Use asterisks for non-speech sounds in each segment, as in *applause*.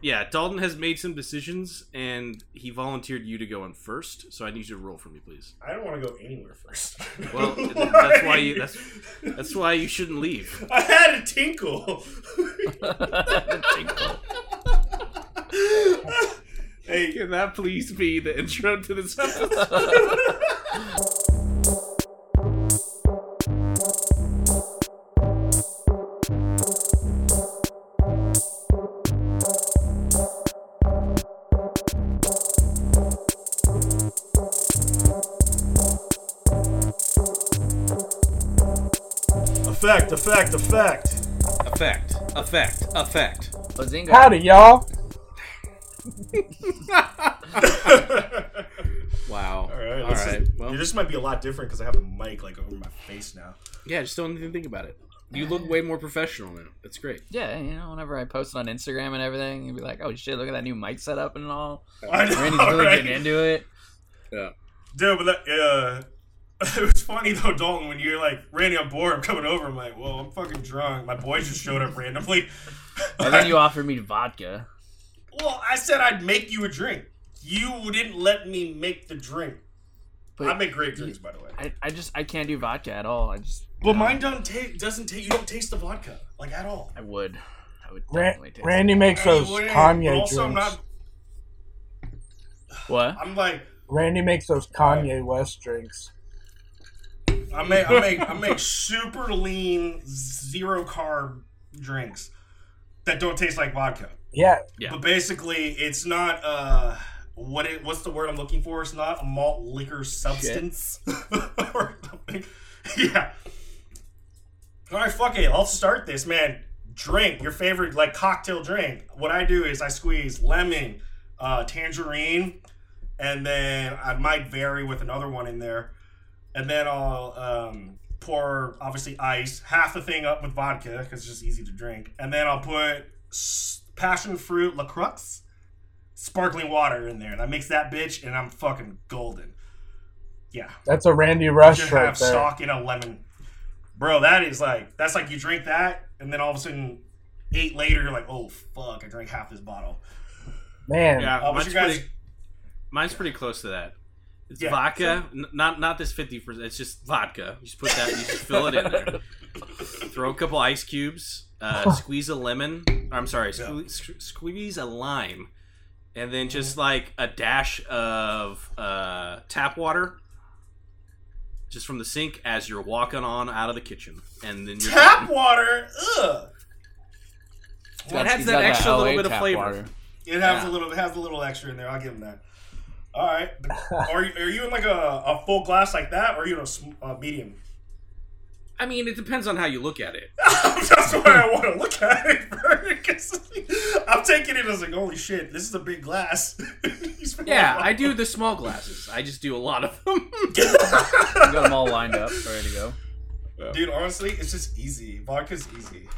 yeah, Dalton has made some decisions, and he volunteered you to go in first. So I need you to roll for me, please. I don't want to go anywhere first. *laughs* *laughs* Well, th- that's why you- That's why you shouldn't leave. I had a tinkle. *laughs* Tinkle. hey, Can that please be the intro to this episode? effect, effect, effect. Effect, effect, effect. Bazinga. *laughs* Howdy, y'all. Wow. All right, All this is- right. Well, this might be a lot different because I have the mic like over my face now. yeah, just don't even think about it. You look way more professional now. That's great. Yeah, you know, whenever I post it on Instagram and everything, you'd be like, "Oh shit, look at that new mic setup and *laughs* all." Uh, I know, Randy's really right? getting into it. Dude, but that, uh, *laughs* it was funny though, Dalton, when you're like, Randy, I'm bored, I'm coming over. I'm like, well, I'm fucking drunk. My boys just showed up *laughs* randomly. And then you offered me vodka. well, I said I'd make you a drink. You didn't let me make the drink. But I make great drinks, by the way. I, I just I can't do vodka at all. I just But mine don't ta- doesn't taste, you don't taste the vodka, like at all. I would. I would Ra- definitely taste Randy makes those Hey, what- Kanye also, I'm drinks. not, it. What? I'm like, Randy makes those Kanye West drinks. I make I make I make super lean zero carb drinks that don't taste like vodka. Yeah, Yeah. But basically, it's not uh what it what's the word I'm looking for? It's not a malt liquor substance *laughs* or something. Yeah. All right, fuck it. I'll start this, man. Drink your favorite like cocktail drink. What I do is I squeeze lemon, uh, tangerine, and then I might vary with another one in there, and then I'll um, pour obviously ice, half the thing up with vodka because it's just easy to drink, and then I'll put s- passion fruit La Crux, sparkling water in there, and I mix that bitch, and I'm fucking golden. Yeah, that's a Randy you Rush should right have there. stock in a lemon, bro. That is like that's like you drink that, and then all of a sudden. Eight later, you're like, oh fuck, I drank half this bottle. Man, Yeah, Uh, mine's but you guys, pretty. Mine's pretty close to that. It's Yeah, vodka, n- not not this fifty percent. It's just vodka. You just put that, you just fill it in there. Throw a couple ice cubes, uh, squeeze a lemon. Or, I'm sorry, sque- sque- squeeze a lime, and then just Mm-hmm. like a dash of uh, tap water, just from the sink as you're walking on out of the kitchen, and then you're tap water, ugh. He's Well, it got- adds he's that got extra little LA bit of tap flavor. It has Yeah. a little. It has a little extra in there. I'll give him that. All right. Are you, are you in like a, a full glass like that, or are you in a, sm- a medium? *laughs* I mean, it depends on how you look at it. That's why I want to look at it. bro, 'cause I'm taking it as like, holy shit, this is a big glass. *laughs* He's been Yeah, like, I do the small glasses. I just do a lot of them. We got them all lined up, ready *laughs* to *laughs* go. Dude, honestly, it's just easy. Vodka's easy,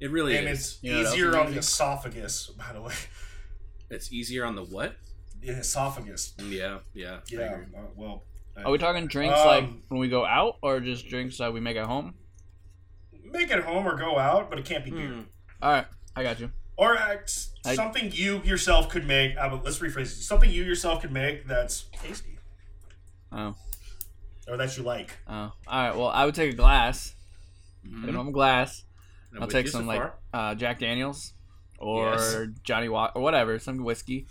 It really and is. it's You know what else easier is on easy? the esophagus. By the way, *laughs* It's easier on the what? Mm, the esophagus. Yeah, yeah. I Yeah. agree. uh, Well, I- Are we talking drinks Um, like when we go out, or just drinks that we make at home? make it home or go out, but it can't be beer. Hmm. All right, I got you. or uh, s- I- something you yourself could make. Uh, but let's rephrase it. Something you yourself could make that's tasty Oh, or that you like. oh. All right. Well, I would take a glass, a normal glass. I'm I'll Hmm. with take you so some like far. uh, Jack Daniels or Yes. Johnny Walker or whatever, some whiskey.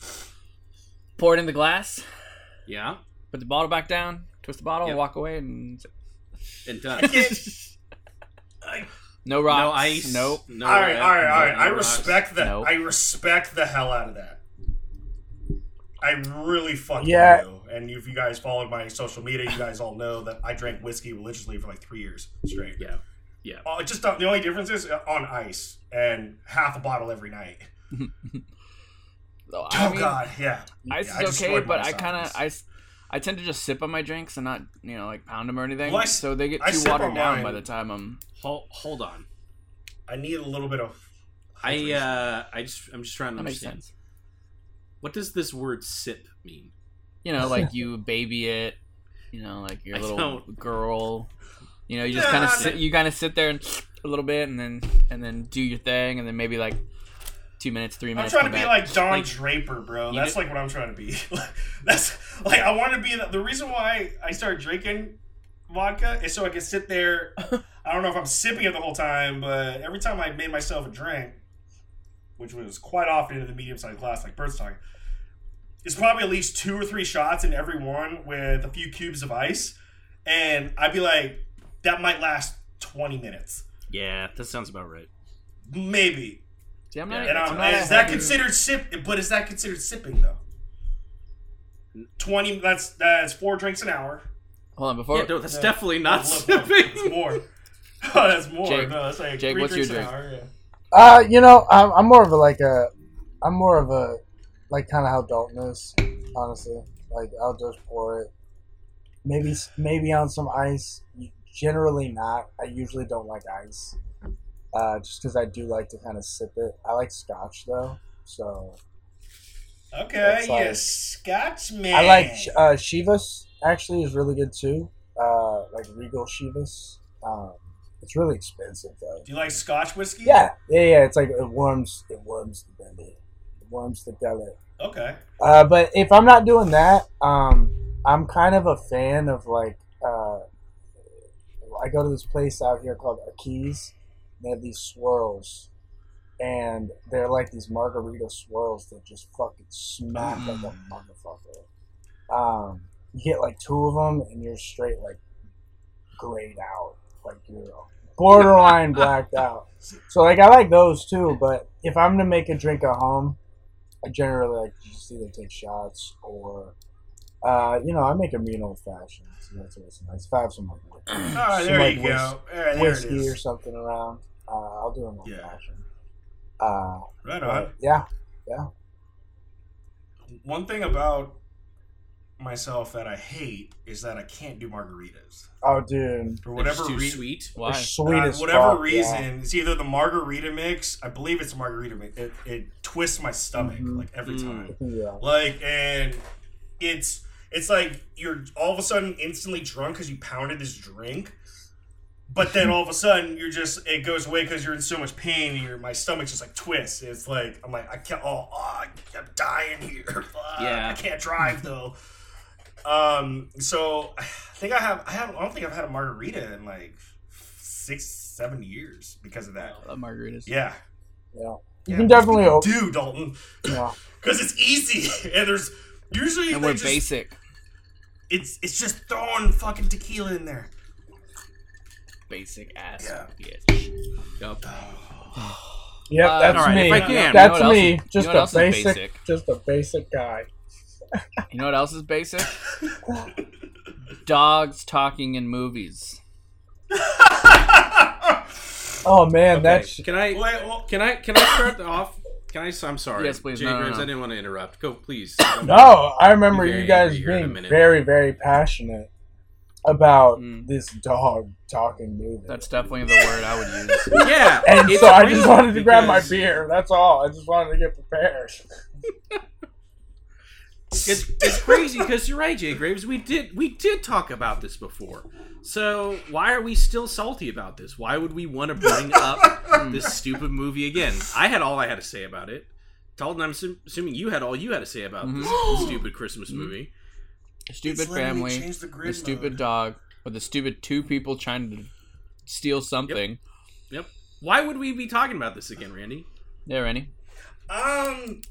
Pour it in the glass, yeah, put the bottle back down, twist the bottle, Yep. walk away, and it does. no *laughs* rocks, no ice. Nope. No. all right, uh, all right, all right. no I rocks. respect that. Nope. I respect the hell out of that. I really fucking Yeah. do. And if you guys followed my social media, you guys all know that I drank whiskey religiously for like three years straight. Yeah. Oh, it just uh, the only difference is uh, on ice and half a bottle every night. So, oh I mean, god, yeah. ice Yeah, I is okay, destroyed but my I kind of esophagus. I, s- I tend to just sip on my drinks and not you know like pound them or anything. Well, I s- so they get I too sip watered on down mine. by the time I'm. Hold, hold on. I need a little bit of. I hydration. uh, I just, I'm just trying to That makes understand. sense. What does this word "sip" mean? You know, *laughs* like you baby it. You know, like your I little don't- girl. You know, you just Yeah, kind I of sit. mean- *sniffs* You kind of sit there and a little bit, and then and then do your thing, and then maybe like two minutes, three I'm minutes. trying to come be back. like Don Like- Draper, bro. You That's like what I'm trying to be. *laughs* That's like I want to be the, the reason why I started drinking vodka is so I could sit *laughs* there. I don't know if I'm sipping it the whole time, but every time I made myself a drink, which was quite often in the medium-sized glass, like Bert's talking, it's probably at least two or three shots in every one with a few cubes of ice, and I'd be like, that might last 20 minutes, Yeah, that sounds about right. maybe. See, I'm not, Yeah, And I'm um, not a is that heavy- considered sip? But is that considered sipping though? Twenty. That's that's four drinks an hour. Hold on, before yeah, no, that's no. definitely not Look, look, look, sipping. It's more. *laughs* Oh, that's more. Jake, no, that's like Jake, three what's your drinks drink? An hour, yeah. Uh, you know, I'm, I'm more of a like a, I'm more of a, like kind of how Dalton is, honestly. Like I'll just pour it, maybe maybe on some ice. Generally not. I usually don't like ice, uh, just because I do like to kind of sip it. I like Scotch though, so Okay, That's you like- Scotsman. I like uh, Shivas. Actually, is really good too. Uh, like Regal Shivas. Um, it's really expensive though. Do you like Scotch whiskey? Yeah, yeah, yeah. It's like it warms, it warms the belly, it warms the gullet. Okay. Uh, but if I'm not doing that, um, I'm kind of a fan of like uh, I go to this place out here called Aki's. They have these swirls, and they're like these margarita swirls that just fucking smack like a Mm. motherfucker. Um, you get like two of them, and you're straight like grayed out, like you're *laughs* borderline blacked out. So like I like those too, but if I'm gonna make a drink at home, I generally like to just either take shots or, uh, you know, I make a mean old fashioned. So that's always nice. If I have some like All right, Some, Ah, there like, you whis- go. All right, there it whiskey or is. something around, uh, I'll do an old Yeah. fashioned. Uh, Right on. but yeah, One thing about myself that I hate is that I can't do margaritas oh dude, *laughs* for They're whatever just too reason. sweet. they're why? sweet Uh, as whatever fuck, reason, yeah. it's either the margarita mix. I believe it's a margarita mix. It, it twists my stomach Mhm. like every Mm. time. Yeah. Like, and it's it's like you're all of a sudden instantly drunk because you pounded this drink. But then all of a sudden you're just it goes away because you're in so much pain. And your my stomach just like twists. It's like I'm like I can't. Oh, oh, I'm dying here. *laughs* Fuck, Yeah. I can't drive though. Um, so I think I have I have I don't think I've had a margarita in like six seven years because of that. I love margaritas. Yeah, yeah. You Yeah, can definitely, o- do Dalton yeah. because it's easy *laughs* and there's usually and they we're just, basic, It's it's just throwing fucking tequila in there. basic ass. Yeah. bitch. Yup. Yep, Uh, that's all right, me. if I can- that's You know what me. else- you just know what else a is basic, basic? just a basic guy. You know what else is basic? *laughs* Dogs talking in movies. Oh man, Okay, that's can I Wait, well, can I can I start *laughs* off? Can I? I'm sorry. Yes, please. Jay No, no, Grimes, no. I didn't want to interrupt. Go, please. No, I remember Be very you guys angry here in a being minute. very, very passionate about Mm. this dog talking movie. That's definitely the word I would use. Yeah. and it's so I great just wanted to grab my because beer. That's all. I just wanted to get *laughs* prepared. *laughs* It's, it's crazy because you're right, Jay Graves. We did we did talk about this before. So why are we still salty about this? Why would we want to bring up this stupid movie again? I had all I had to say about it. Dalton, I'm assum- assuming you had all you had to say about this *gasps* stupid Christmas movie. Stupid It's literally family. changed the grid the stupid mode. dog or the stupid two people trying to steal something. Yep. Why would we be talking about this again, Randy? There, Rennie. um,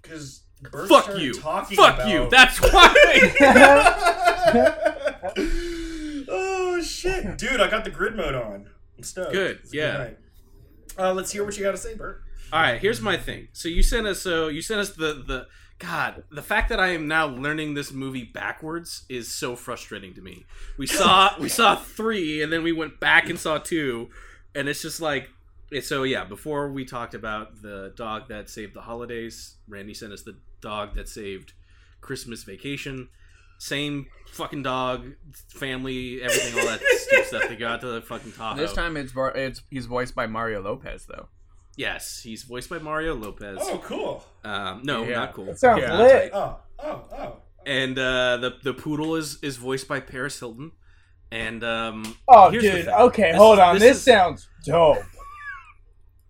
because Fuck you. Fuck *laughs* you. That's *laughs* why. oh shit, dude! I got the grid mode on. I'm stoked. Good, It's a yeah. night. Uh, let's hear what you got to say, Bert. All right, here's my thing. So you sent us so you sent us the the God, the fact that I am now learning this movie backwards is so frustrating to me. *laughs* We saw we saw 3 and then we went back and saw 2 and it's just like it's so yeah, before we talked about the dog that saved the holidays, Randy sent us the dog that saved Christmas vacation. Same fucking dog, family, everything, *laughs* all that stupid stuff. They got to the fucking Uh, Tahoe. This time it's bar- it's he's voiced by Mario Lopez though. yes, he's voiced by Mario Lopez. Oh, cool. Um, no, Yeah. not cool. That sounds Yeah. lit. Oh, oh, oh. And uh, the the poodle is is voiced by Paris Hilton. And *laughs* um, Oh, here's the dude. thing. Okay, This hold is- on. This, is- sounds dope.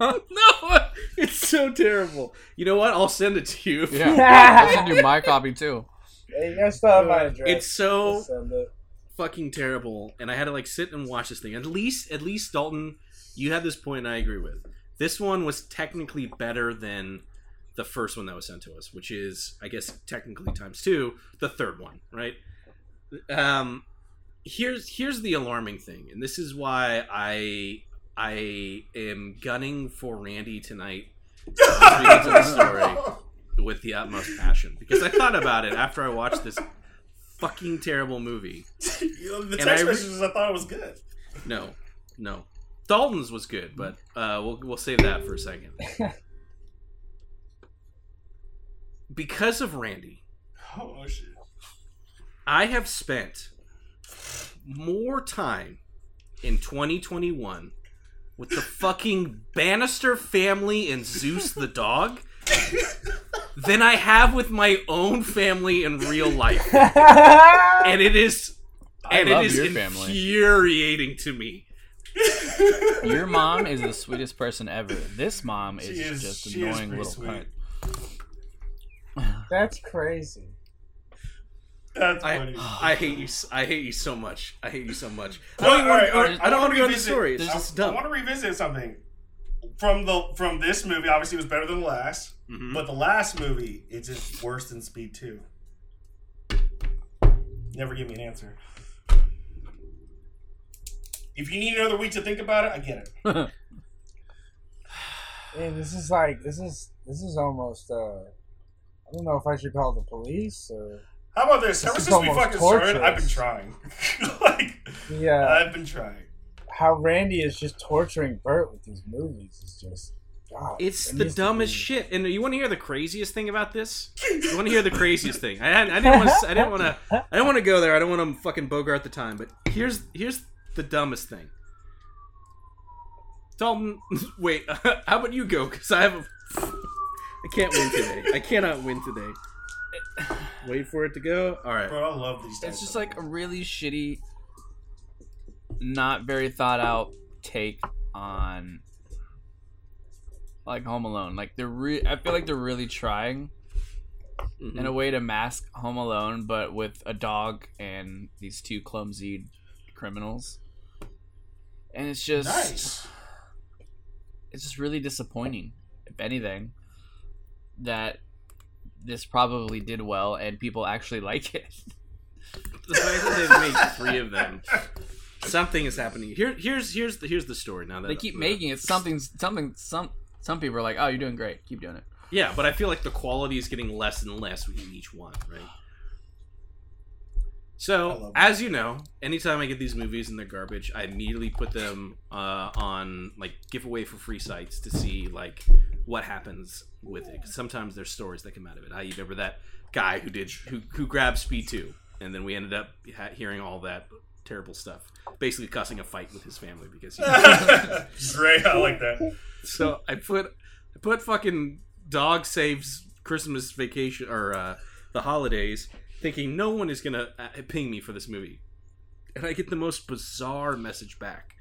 no, *laughs* It's so terrible. You know what? I'll send it to you. *laughs* Yeah. I'll send you my copy too. Hey, you guys still have my address. It's so Just send it. fucking terrible and i had to like sit and watch this thing at least at least dalton you had this point and i agree with this one was technically better than the first one that was sent to us which is i guess technically times two the third one right um here's here's the alarming thing and this is why i i am gunning for randy tonight get to the story. with the utmost passion because i thought about it after i watched this fucking terrible movie *laughs* You know, the And text I re- messages I thought it was good. No, no. Dalton's was good, but uh, we'll we'll save that for a *laughs* second. because of Randy, Oh, oh, shit. I have spent more time in 2021 with the fucking Bannister family and Zeus the dog than I have with my own family in real life, and it is I and love it is your family. infuriating to me. Your mom is the sweetest person ever. This mom is, She is- just she is annoying pretty little sweet. cunt. *laughs* That's crazy. That's I, funny. *sighs* I hate you. s- I hate you so much. I hate you so much. I Well, don't, even wanna alright, go- alright, I don't want to go into revisit- story. It's there's- just I dumb. want to revisit something from the from this movie. Obviously, it was better than the last, Mhm. but the last movie it's just worse than Speed Two. Never give me an answer. If you need another week to think about it, I get it. Hey, this is like this is this is almost. Uh, I don't know if I should call the police or How about this? Ever is since we almost fucking started, I've been trying. *laughs* like, the uh, I've been trying. how Randy is just torturing Bert with these movies. It's just God. It's it the needs to dumbest be- shit. And you want to hear the craziest thing about this? You want to hear the craziest thing? I, I didn't want. I didn't want to. I didn't want to go there. I don't want to fucking bogart the time. But here's here's the dumbest thing. Dalton, *laughs* wait. how about you go? Because I have a. *laughs* I can't win today. I cannot win today. *sighs* Wait for it to go. All right. Bro, I love these It's types just of- like a really shitty, not very thought out take on like Home Alone. Like they're re- I feel like they're really trying Mhm. in a way to mask Home Alone, but with a dog and these two clumsy criminals. And it's just nice. it's just really disappointing, if anything, that this probably did well and people actually *laughs* like it. the fact that they've made three of them, something is happening. Here, here's here's the here's the story. Now that They keep making it something something some some people are like, "Oh, you're doing great. Keep doing it." Yeah, but I feel like the quality is getting less and less with each one, right? I So, love that. as you know, anytime I get these movies and they're garbage, I immediately put them uh, on like giveaway for free sites to see like what happens with it. 'Cause sometimes there's stories that come out of it. I remember that guy who did who who grabbed Speed Two, and then we ended up ha- hearing all that terrible stuff, basically cussing a fight with his family *laughs* because. He- *laughs* Great, I like that. so I put I put fucking dog saves Christmas vacation or uh, the holidays, thinking no one is gonna uh, ping me for this movie, and I get the most bizarre message back.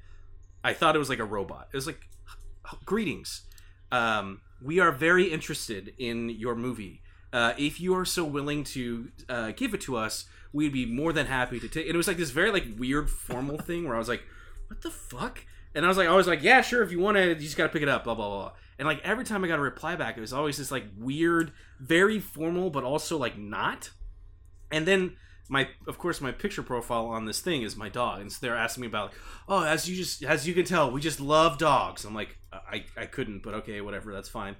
I thought it was like a robot. It was like, greetings. Um, we are very interested in your movie. Uh, if you are so willing to uh, give it to us, we'd be more than happy to take. And it was like this very like weird formal thing where I was like, "What the fuck?" And I was like, I was like, "Yeah, sure. If you want to, you just got to pick it up." Blah blah blah. And like every time I got a reply back, it was always this like weird, very formal, but also like not. And then my, of course, my picture profile on this thing is my dog, and so they're asking me about, like, oh, as you just as you can tell, we just love dogs. I'm like, I I couldn't, but okay, whatever, that's fine.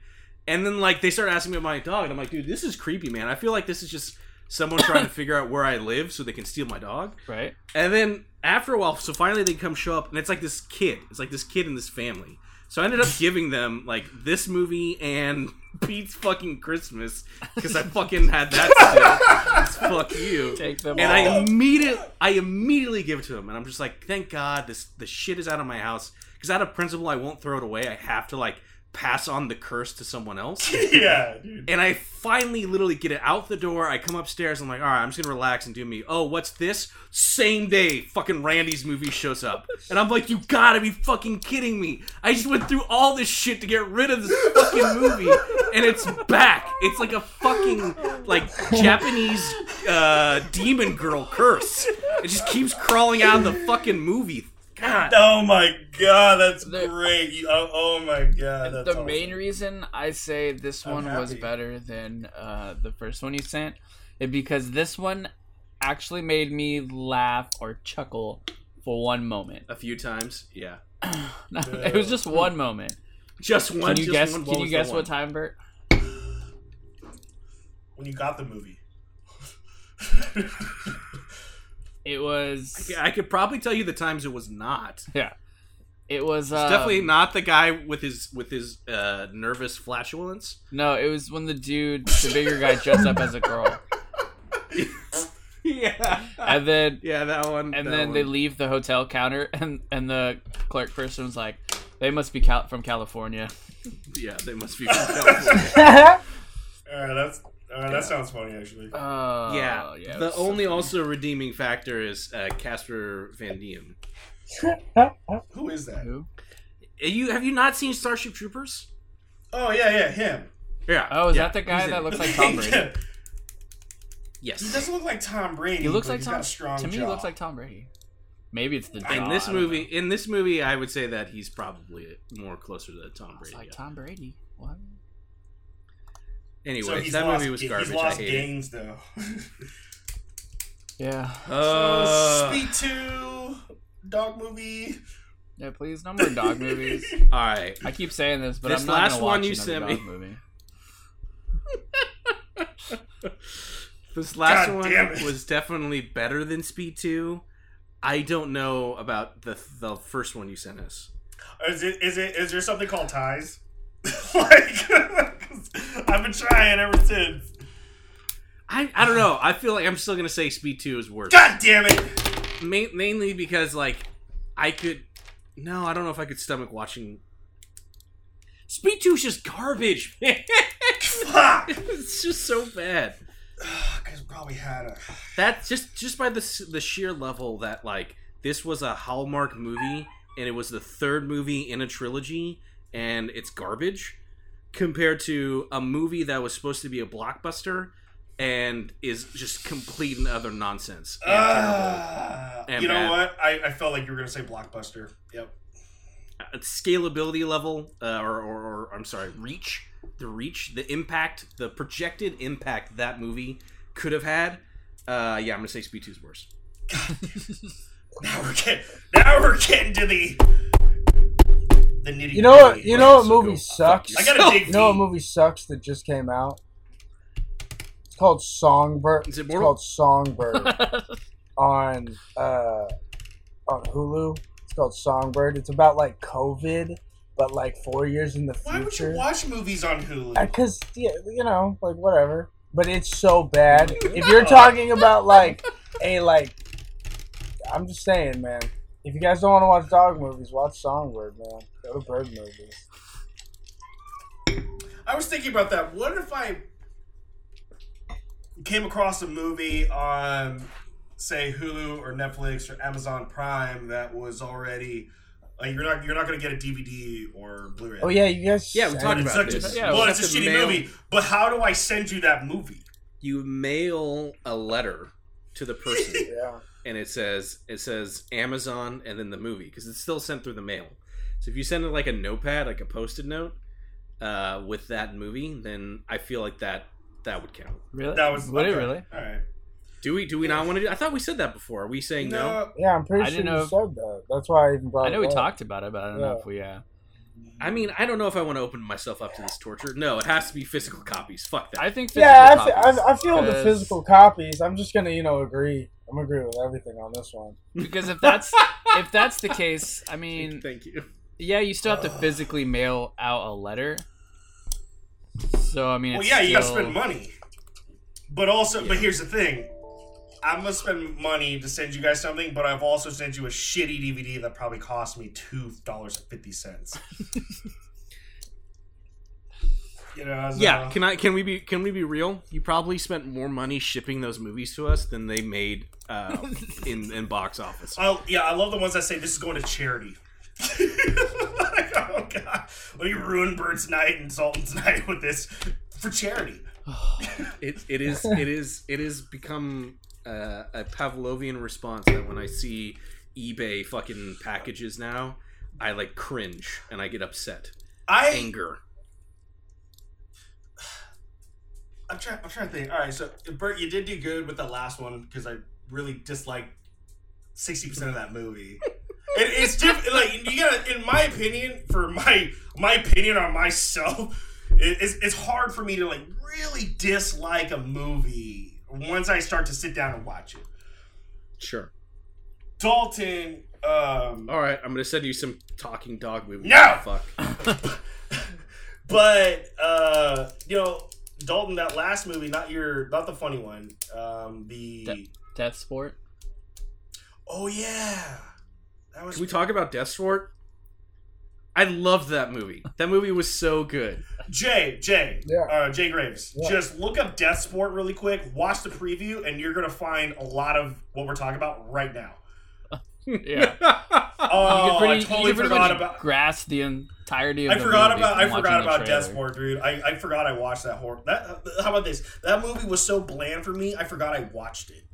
And then like they start asking me about my dog, and I'm like, dude, this is creepy, man. I feel like this is just someone trying to figure out where I live so they can steal my dog. Right? And then after a while, so finally they come show up, and it's like this kid. It's like this kid and this family. So I ended up giving them like this movie and *laughs* Pete's fucking Christmas because I fucking had that. Still. *laughs* Fuck you. Take them And all. I immediately, I immediately give it to him, and I'm just like, thank God this the shit is out of my house. Because out of principle, I won't throw it away. I have to like pass on the curse to someone else. *laughs* yeah, dude. And I finally literally get it out the door. I come upstairs. I'm like, all right, I'm just gonna relax and do me. Oh, what's this? Same day, fucking Randy's movie shows up, and I'm like, you gotta be fucking kidding me! I just went through all this shit to get rid of this fucking movie, and it's back. It's like a fucking like Japanese uh, demon girl curse. It just keeps crawling out of the fucking movie. God. Oh my god, that's The- great. You- oh, oh my god, that's the awesome. main reason I say this I'm one was happy. better than uh, the first one you sent is because this one actually made me laugh or chuckle for one moment. *laughs* A few times, yeah. it was just *laughs* one moment. Just one. Can just you guess? one. What Can you was the guess one? what time, Bert? when you got the *laughs* movie. It was. I could probably tell you the times it was not. It was It's um, definitely not the guy with his with his uh, nervous flatulence. No, it was when the dude, the bigger guy, dressed up as *laughs* a girl, *laughs* Yeah, and then yeah, that one. and that then one. they leave the hotel counter, *laughs* and and the clerk person was like, "They must be cal- from California." yeah, they must *laughs* be. From California. Alright, that's alright, that sounds funny actually. Oh, yeah, it the was so only funny. also redeeming factor is uh, Casper Van Diem. Who is that? Who? Uh, You have you not seen Starship Troopers? Oh yeah, yeah, him. Yeah. Oh, is yeah, that the guy he's in that it. looks *laughs* like Tom Brady? Yeah. He Yes. doesn't look like Tom Brady. He looks but like he's Tom. Got a strong To me, he jaw. looks like Tom Brady. Maybe it's the jaw, In I this don't movie, know. in this movie, I would say that he's probably more closer to Tom it's Brady. like yeah. Tom Brady. What? Anyway, So he's that lost, movie was he- garbage. He's lost I hate it. gains though. *laughs* Yeah. Uh, so speak to dog movie. Yeah. Please, no more *laughs* dog movies. all right. I keep saying this, but This I'm not last gonna one watch you another sent dog me. movie. This last God one damn it. was definitely better than Speed 2. I don't know about the the first one you sent us. Is it is it is there something called ties? *laughs* like, *laughs* 'cause I've been trying ever since. I, I don't know. I feel like I'm still gonna say Speed 2 is worse. God damn it! Ma- mainly because like I could no, I don't know if I could stomach watching. Speed 2 is just garbage, man. *laughs* Fuck! *sighs* it's just so bad. Because probably had a. That's just just by the s- the sheer level that like this was a Hallmark movie and it was the third movie in a trilogy and it's garbage compared to a movie that was supposed to be a blockbuster and is just complete and other nonsense. and terrible. Ah, And you know bad. what? I, I felt like you were gonna say blockbuster. Yep. *laughs* Uh, scalability level uh, or, or, or I'm sorry, reach, the reach, the impact, the projected impact that movie could have had. Uh, yeah, I'm gonna say Speed 2's worse. Now we're getting. Now we're getting to the. The nitty. *laughs* You know what? You know what So go movie fuck sucks? I *laughs* gotta dig You know what deep. movie sucks that just came out? It's called Songbird. Is it it's Mortal- *laughs* called Songbird on uh, on Hulu. It's called Songbird. It's about like COVID, but like four years in the Why would you future. watch movies on Hulu? Because yeah, you know, like whatever. But it's so bad. If you're talking about like a like, I'm just saying, man. If you guys don't want to watch dog movies, watch Songbird, man. Go to bird movies. I was thinking about that. What if I came across a movie on, say, Hulu or Netflix or Amazon Prime that was already like you're not you're not gonna get a DVD or Blu-ray. Oh yeah, you guys. Yeah, we talked It's about such this. a, Yeah, well, we it's a have to shitty mail- movie. But how do I send you that movie? you mail a letter to the *laughs* person Yeah. and it says it says amazon and then the movie because it's still sent through the mail so if you send it like a notepad like a post-it note uh, with that movie then i feel like that that would count Really? That was would it okay. really? All right. do we do we not want to do i thought we said that before are we saying no, Yeah, I'm pretty I sure you didn't know if- said that. That's why I even brought. I know it we up. talked about it, but I don't know Oh, Yeah. if we. Uh, i mean i don't know if i want to open myself up to this torture no it has to be physical copies fuck that I think. Yeah, I physical fe- copies, I- I feel the because- physical copies. I'm just gonna, you know, agree. I'm agree with everything on this one. *laughs* Because if that's if that's the case, I mean, thank you yeah, you still have to physically mail out a letter. So I mean, Well, it's yeah, you gotta still- spend money. But also, but here's the thing. I'm gonna spend money to send you guys something, but I've also sent you a shitty DVD that probably cost me two dollars and fifty cents. You know, as, Yeah, uh, can I? Can we be? Can we be real? You probably spent more money shipping those movies to us than they made uh, in in box office. I, yeah, I love the ones that say this is going to charity. *laughs* like, oh god, let me ruin Bert's night and Sultan's *laughs* night with this for charity. *laughs* It it is it is it is become uh, a Pavlovian response that when I see eBay fucking packages now, I like cringe and I get upset, I anger. I'm trying. I'm trying to think. All right, so Bert, you did do good with the last one because I really disliked sixty percent of that movie. It, it's diff- like you gotta, in my opinion, for my my opinion on myself, it, it's it's hard for me to like really dislike a movie once I start to sit down and watch it. Sure. Dalton, *laughs* um, *laughs* All right, I'm gonna send you some talking dog movies. No! fuck. but uh, you know, Dalton, that last movie, not your, not the funny one, um, the That- Death Sport. oh yeah, that was Can we talk about Death Sport? I loved that movie. That movie was so good. *laughs* Jay, Jay, Yeah. uh, Jay Graves. Yeah. Just look up Death Sport really quick, watch the preview, and you're gonna find a lot of what we're talking about right now. Oh, Yeah. *laughs* you could pretty, I totally you could pretty forgot much about. grasp the entirety of I the forgot movie about from I watching forgot the about trailer. Death Sport, dude. I, I forgot I watched that horror. That uh, how about this? That movie was so bland for me. I forgot I watched *laughs* it.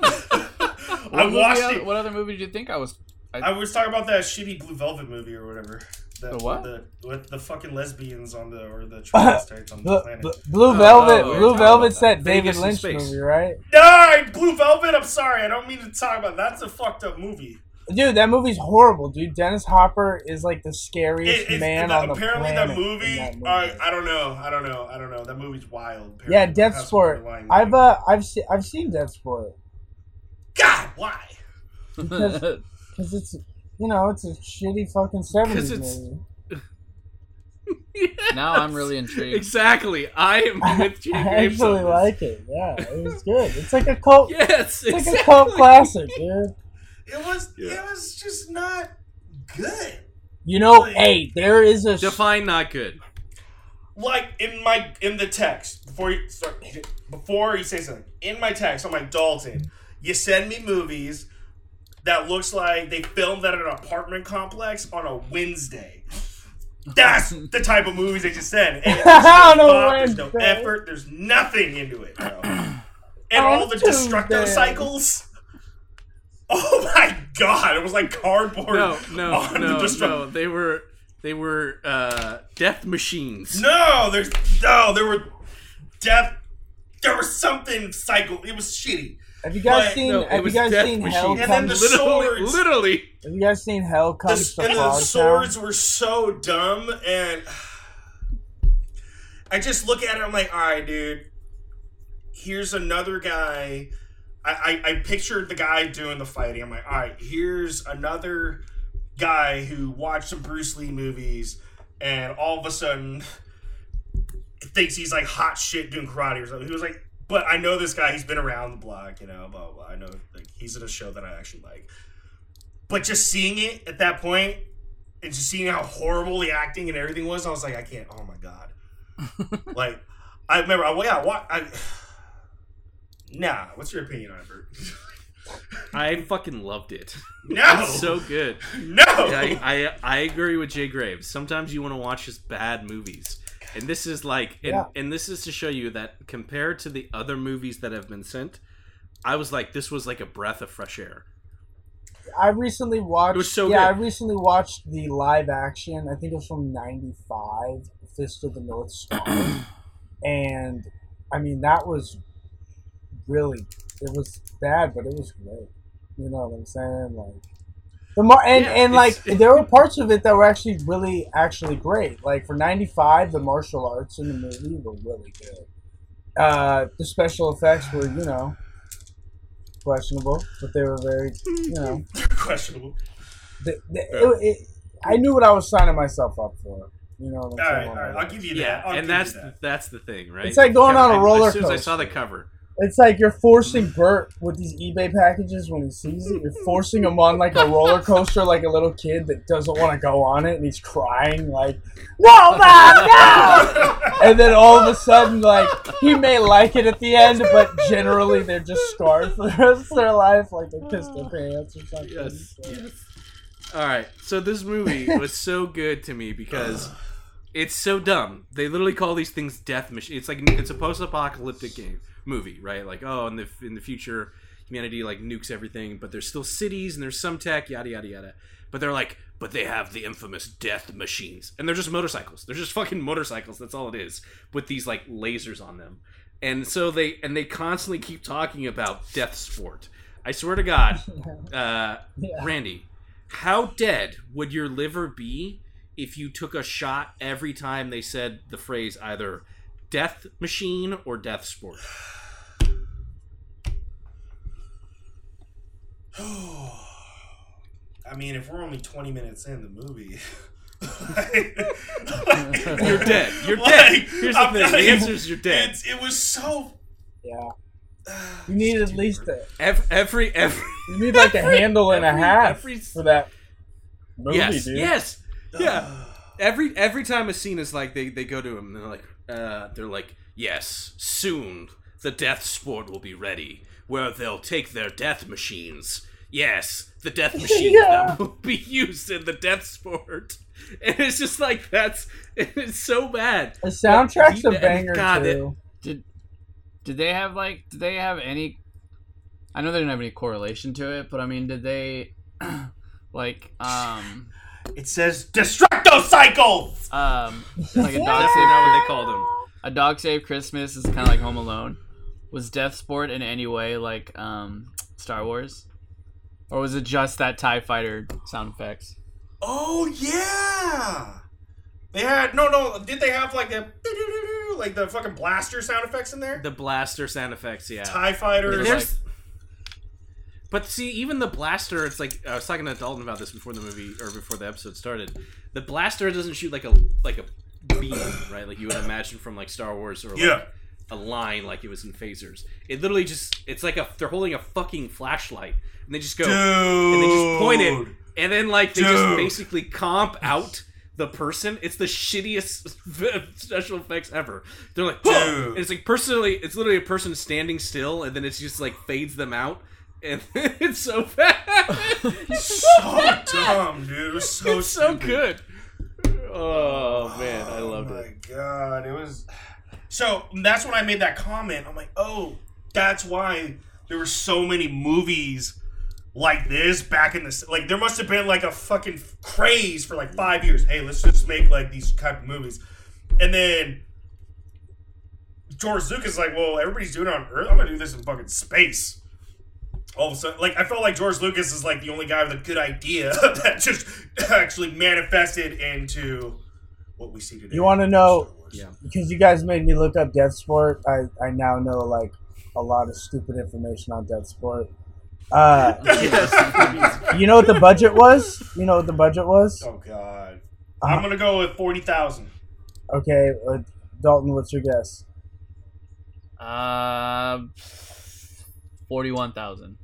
What I movie watched oth- it. What other movie did you think I *laughs* was? I was talking about that shitty Blue Velvet movie or whatever. That, The what? The, with the fucking lesbians on the or *laughs* the transvestites on the Bl- planet. Bl- Blue Oh, Velvet. oh, Blue yeah. Velvet's that Vegas David in Lynch space. movie, right? No, Blue Velvet. I'm sorry. I don't mean to talk about. That's a fucked up movie. Dude, that movie's horrible, dude. Dennis Hopper is like the It- scariest it's- man that- on the apparently, planet. that movie. in that movie. Uh, I don't know. I don't know. I don't know. That movie's wild. apparently. yeah, It Death has Sport. underlying- I've uh, I've se- I've seen Death Sport God, why? because- because it's you know it's a shitty *laughs* fucking seventies it's- movie. now I'm really intrigued. Exactly. I am with Jay *laughs* I Graves. on actually this. like it. Yeah, it was good. It's like *laughs* a cult. Yes, It's exactly. like a cult classic, dude. It was. Yeah. It was just not good. You know, hey, there is a Define not good. like in my in the text before you start before you say something in my text i'm like dalton you send me movies that looks like they filmed at an apartment complex on a wednesday that's the type of movies they just send *laughs* and there's no, On a thought, there's no Wednesday. effort there's nothing into it bro. and all the On Tuesday. destructo cycles *laughs* oh my god it was like cardboard No, no, *laughs* on the no, destruct- no. They were they were uh, death machines. No, there's no. There were death. There was something cycle. It was shitty. Have you guys But, seen? no, it have you was guys Death seen Machine. Hell And then Comes? the literally, swords. literally. have you guys seen Hell The, Comes to and the Frog swords were so dumb, and I just look at it. I'm like, all right, dude. Here's another guy. I, I, I pictured the guy doing the fighting. I'm like, all right, here's another guy who watched some Bruce Lee movies, and all of a sudden *laughs* thinks he's like hot shit doing karate or something. He was like, but I know this guy. He's been around the block, you know. Blah blah. blah. I know like he's in a show that I actually like. But just seeing it at that point, and just seeing how horrible the acting and everything was, I was like, I can't. Oh my *laughs* god. like, I remember. I, yeah. What? I, *sighs* nah. What's your opinion on it, Bert? *laughs* I fucking loved it. no. It's so good. no. I, I I agree with Jay Graves. Sometimes you want to watch just bad movies. And this is like and, Yeah. and this is to show you that compared to the other movies that have been sent, I was like this was like a breath of fresh air. I recently watched. It was so yeah, good. I recently watched the live action. I think it was from '95, Fist of the *clears throat* North Star, and I mean that was really it was bad, but it was great. You know what I'm saying? Like the mar- and Yeah, and like it's- there were parts of it that were actually really actually great. Like for '95, the martial arts in the movie were really good. Uh, the special effects were you know questionable, but they were very you know. *laughs* Questionable. The, the, it, it, I knew what I was signing myself up for. You know. All What I'm right. saying? All right. I'll give you that. Yeah, I'll give and you that's that. that's the thing, right? It's like going Kevin, on a I- roller As soon as I saw the coaster. cover, It's like you're forcing Bert with these eBay packages when he sees it. You're forcing him on like a roller coaster, like a little kid that doesn't want to go on it, and he's crying like, "No, mom, no!" And then all of a sudden, like he may like it at the end, but generally they're just scarred for the rest of their life, like they pissed their pants or something. Yes. So- All right. So this movie was so good to me because it's so dumb. They literally call these things death machine. It's like it's a post-apocalyptic game movie, right? Like oh, in the in the future, humanity like nukes everything, but there's still cities and there's some tech, yada yada yada. But they're like, but they have the infamous death machines, and they're just motorcycles. They're just fucking motorcycles. That's all it is with these like lasers on them. And so they and they constantly keep talking about death sport. I swear to God, uh, Yeah. Randy, how dead would your liver be if you took a shot every time they said the phrase either death machine or death sport? *laughs* I mean, if we're only 20 minutes in the movie. *laughs* You're dead. *laughs* You're Like, dead. Here's the I'm thing. not- The answer is you're dead. It's, it was so. *sighs* Yeah. You need at least a Ev- Every every you need like a handle and a every- half every- for that movie, yes dude. yes yeah. Every every time a scene is like they they go to him and they're like uh they're like yes soon the death sport will be ready where they'll take their death machines. Yes, the death machines Yeah. that will be used in the death sport. *laughs* And it's just like that's *laughs* it's so bad. The soundtrack's a Deep- banger God, it- too. Did did they have like did they have any I know they didn't have any correlation to it, but I mean did they *clears throat* like um It says Destructo Cycles! um like a dog That's saved not what they called him. a dog saved Christmas is kinda like Home Alone. Was Death Sport in any way like um Star Wars? Or was it just that TIE fighter sound effects? Oh, yeah! They had. No, no. Did they have like the. Like the fucking blaster sound effects in there? The blaster sound effects, yeah. TIE fighters. There's- But see, even the blaster, it's like I was talking to Dalton about this before the movie or before the episode started. The blaster doesn't shoot like a like a beam, right? Like you would imagine from like Star Wars or like Yeah. a line, like it was in phasers. It literally just it's like a they're holding a fucking flashlight and they just go Dude. and they just point it and then like they just Dude. basically comp out the person. It's the shittiest *laughs* special effects ever. They're like, Dude. Whoa! And *gasps* it's like personally, it's literally a person standing still, and then it's just like fades them out, and *laughs* it's so *laughs* bad. *laughs* so dumb, dude. It was so it's so stupid. good. Oh man, I loved oh it. my god, it was. So that's when I made that comment. I'm like, oh, that's why there were so many movies like this back in the s- like. There must have been like a fucking craze for like five years. Hey, let's just make like these type of movies, and then. George Lucas is like, well, everybody's doing it on Earth. I'm gonna do this in fucking space all of a sudden, like I felt like George Lucas is like the only guy with a good idea *laughs* that just actually manifested into what we see today. You wanna know- Star Wars. Yeah. *laughs* Because you guys made me look up Death Sport, I, I now know like a lot of stupid information on Death Sport. Uh, *laughs* you know what the budget was? You know what the budget was? Oh God. I'm gonna go with forty thousand. Okay, uh, Dalton, what's your guess? Uh forty-one thousand.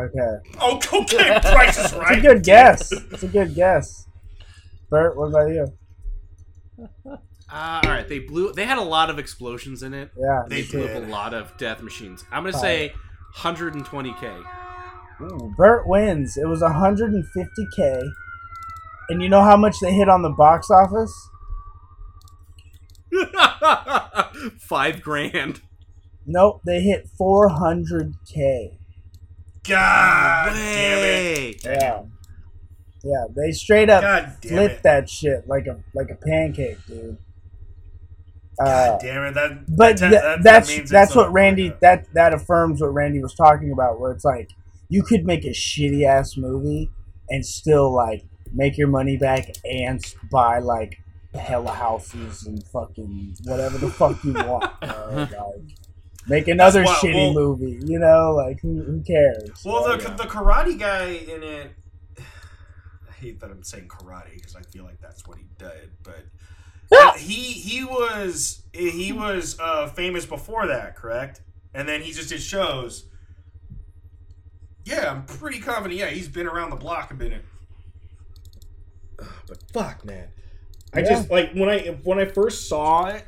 Okay, Oh, *laughs* okay, Price is it's a right. *laughs* good guess. It's a good guess. Bert, what about you? Uh, all right, they blew. They had a lot of explosions in it. Yeah, They They blew up a did. lot of death machines. I'm gonna say 120k. Ooh, Bert wins. It was 150k, and you know how much they hit on the box office? *laughs* Five grand. Nope, they hit 400k. Ah, God damn it. Yeah, yeah, they straight up God damn flip it. that shit like a like a pancake, dude. Uh, God damn it. That. but that- th- that- that that's means it's that's a- what Randy that that affirms what Randy was talking about, where it's like you could make a shitty ass movie and still like make your money back and s- buy like hella houses and fucking whatever the fuck *laughs* you want. bro. Like, make another That's why- well- shitty movie, you know? Like who, who cares? Well, the, Yeah. the karate guy in it. *sighs* I hate that I'm saying karate because I feel like that's what he did, but he he was he was uh, famous before that, correct? and then he just did shows. Yeah, I'm pretty confident. Yeah, he's been around the block a minute. Ugh, but fuck, man, I Yeah. just like when I when I first saw it.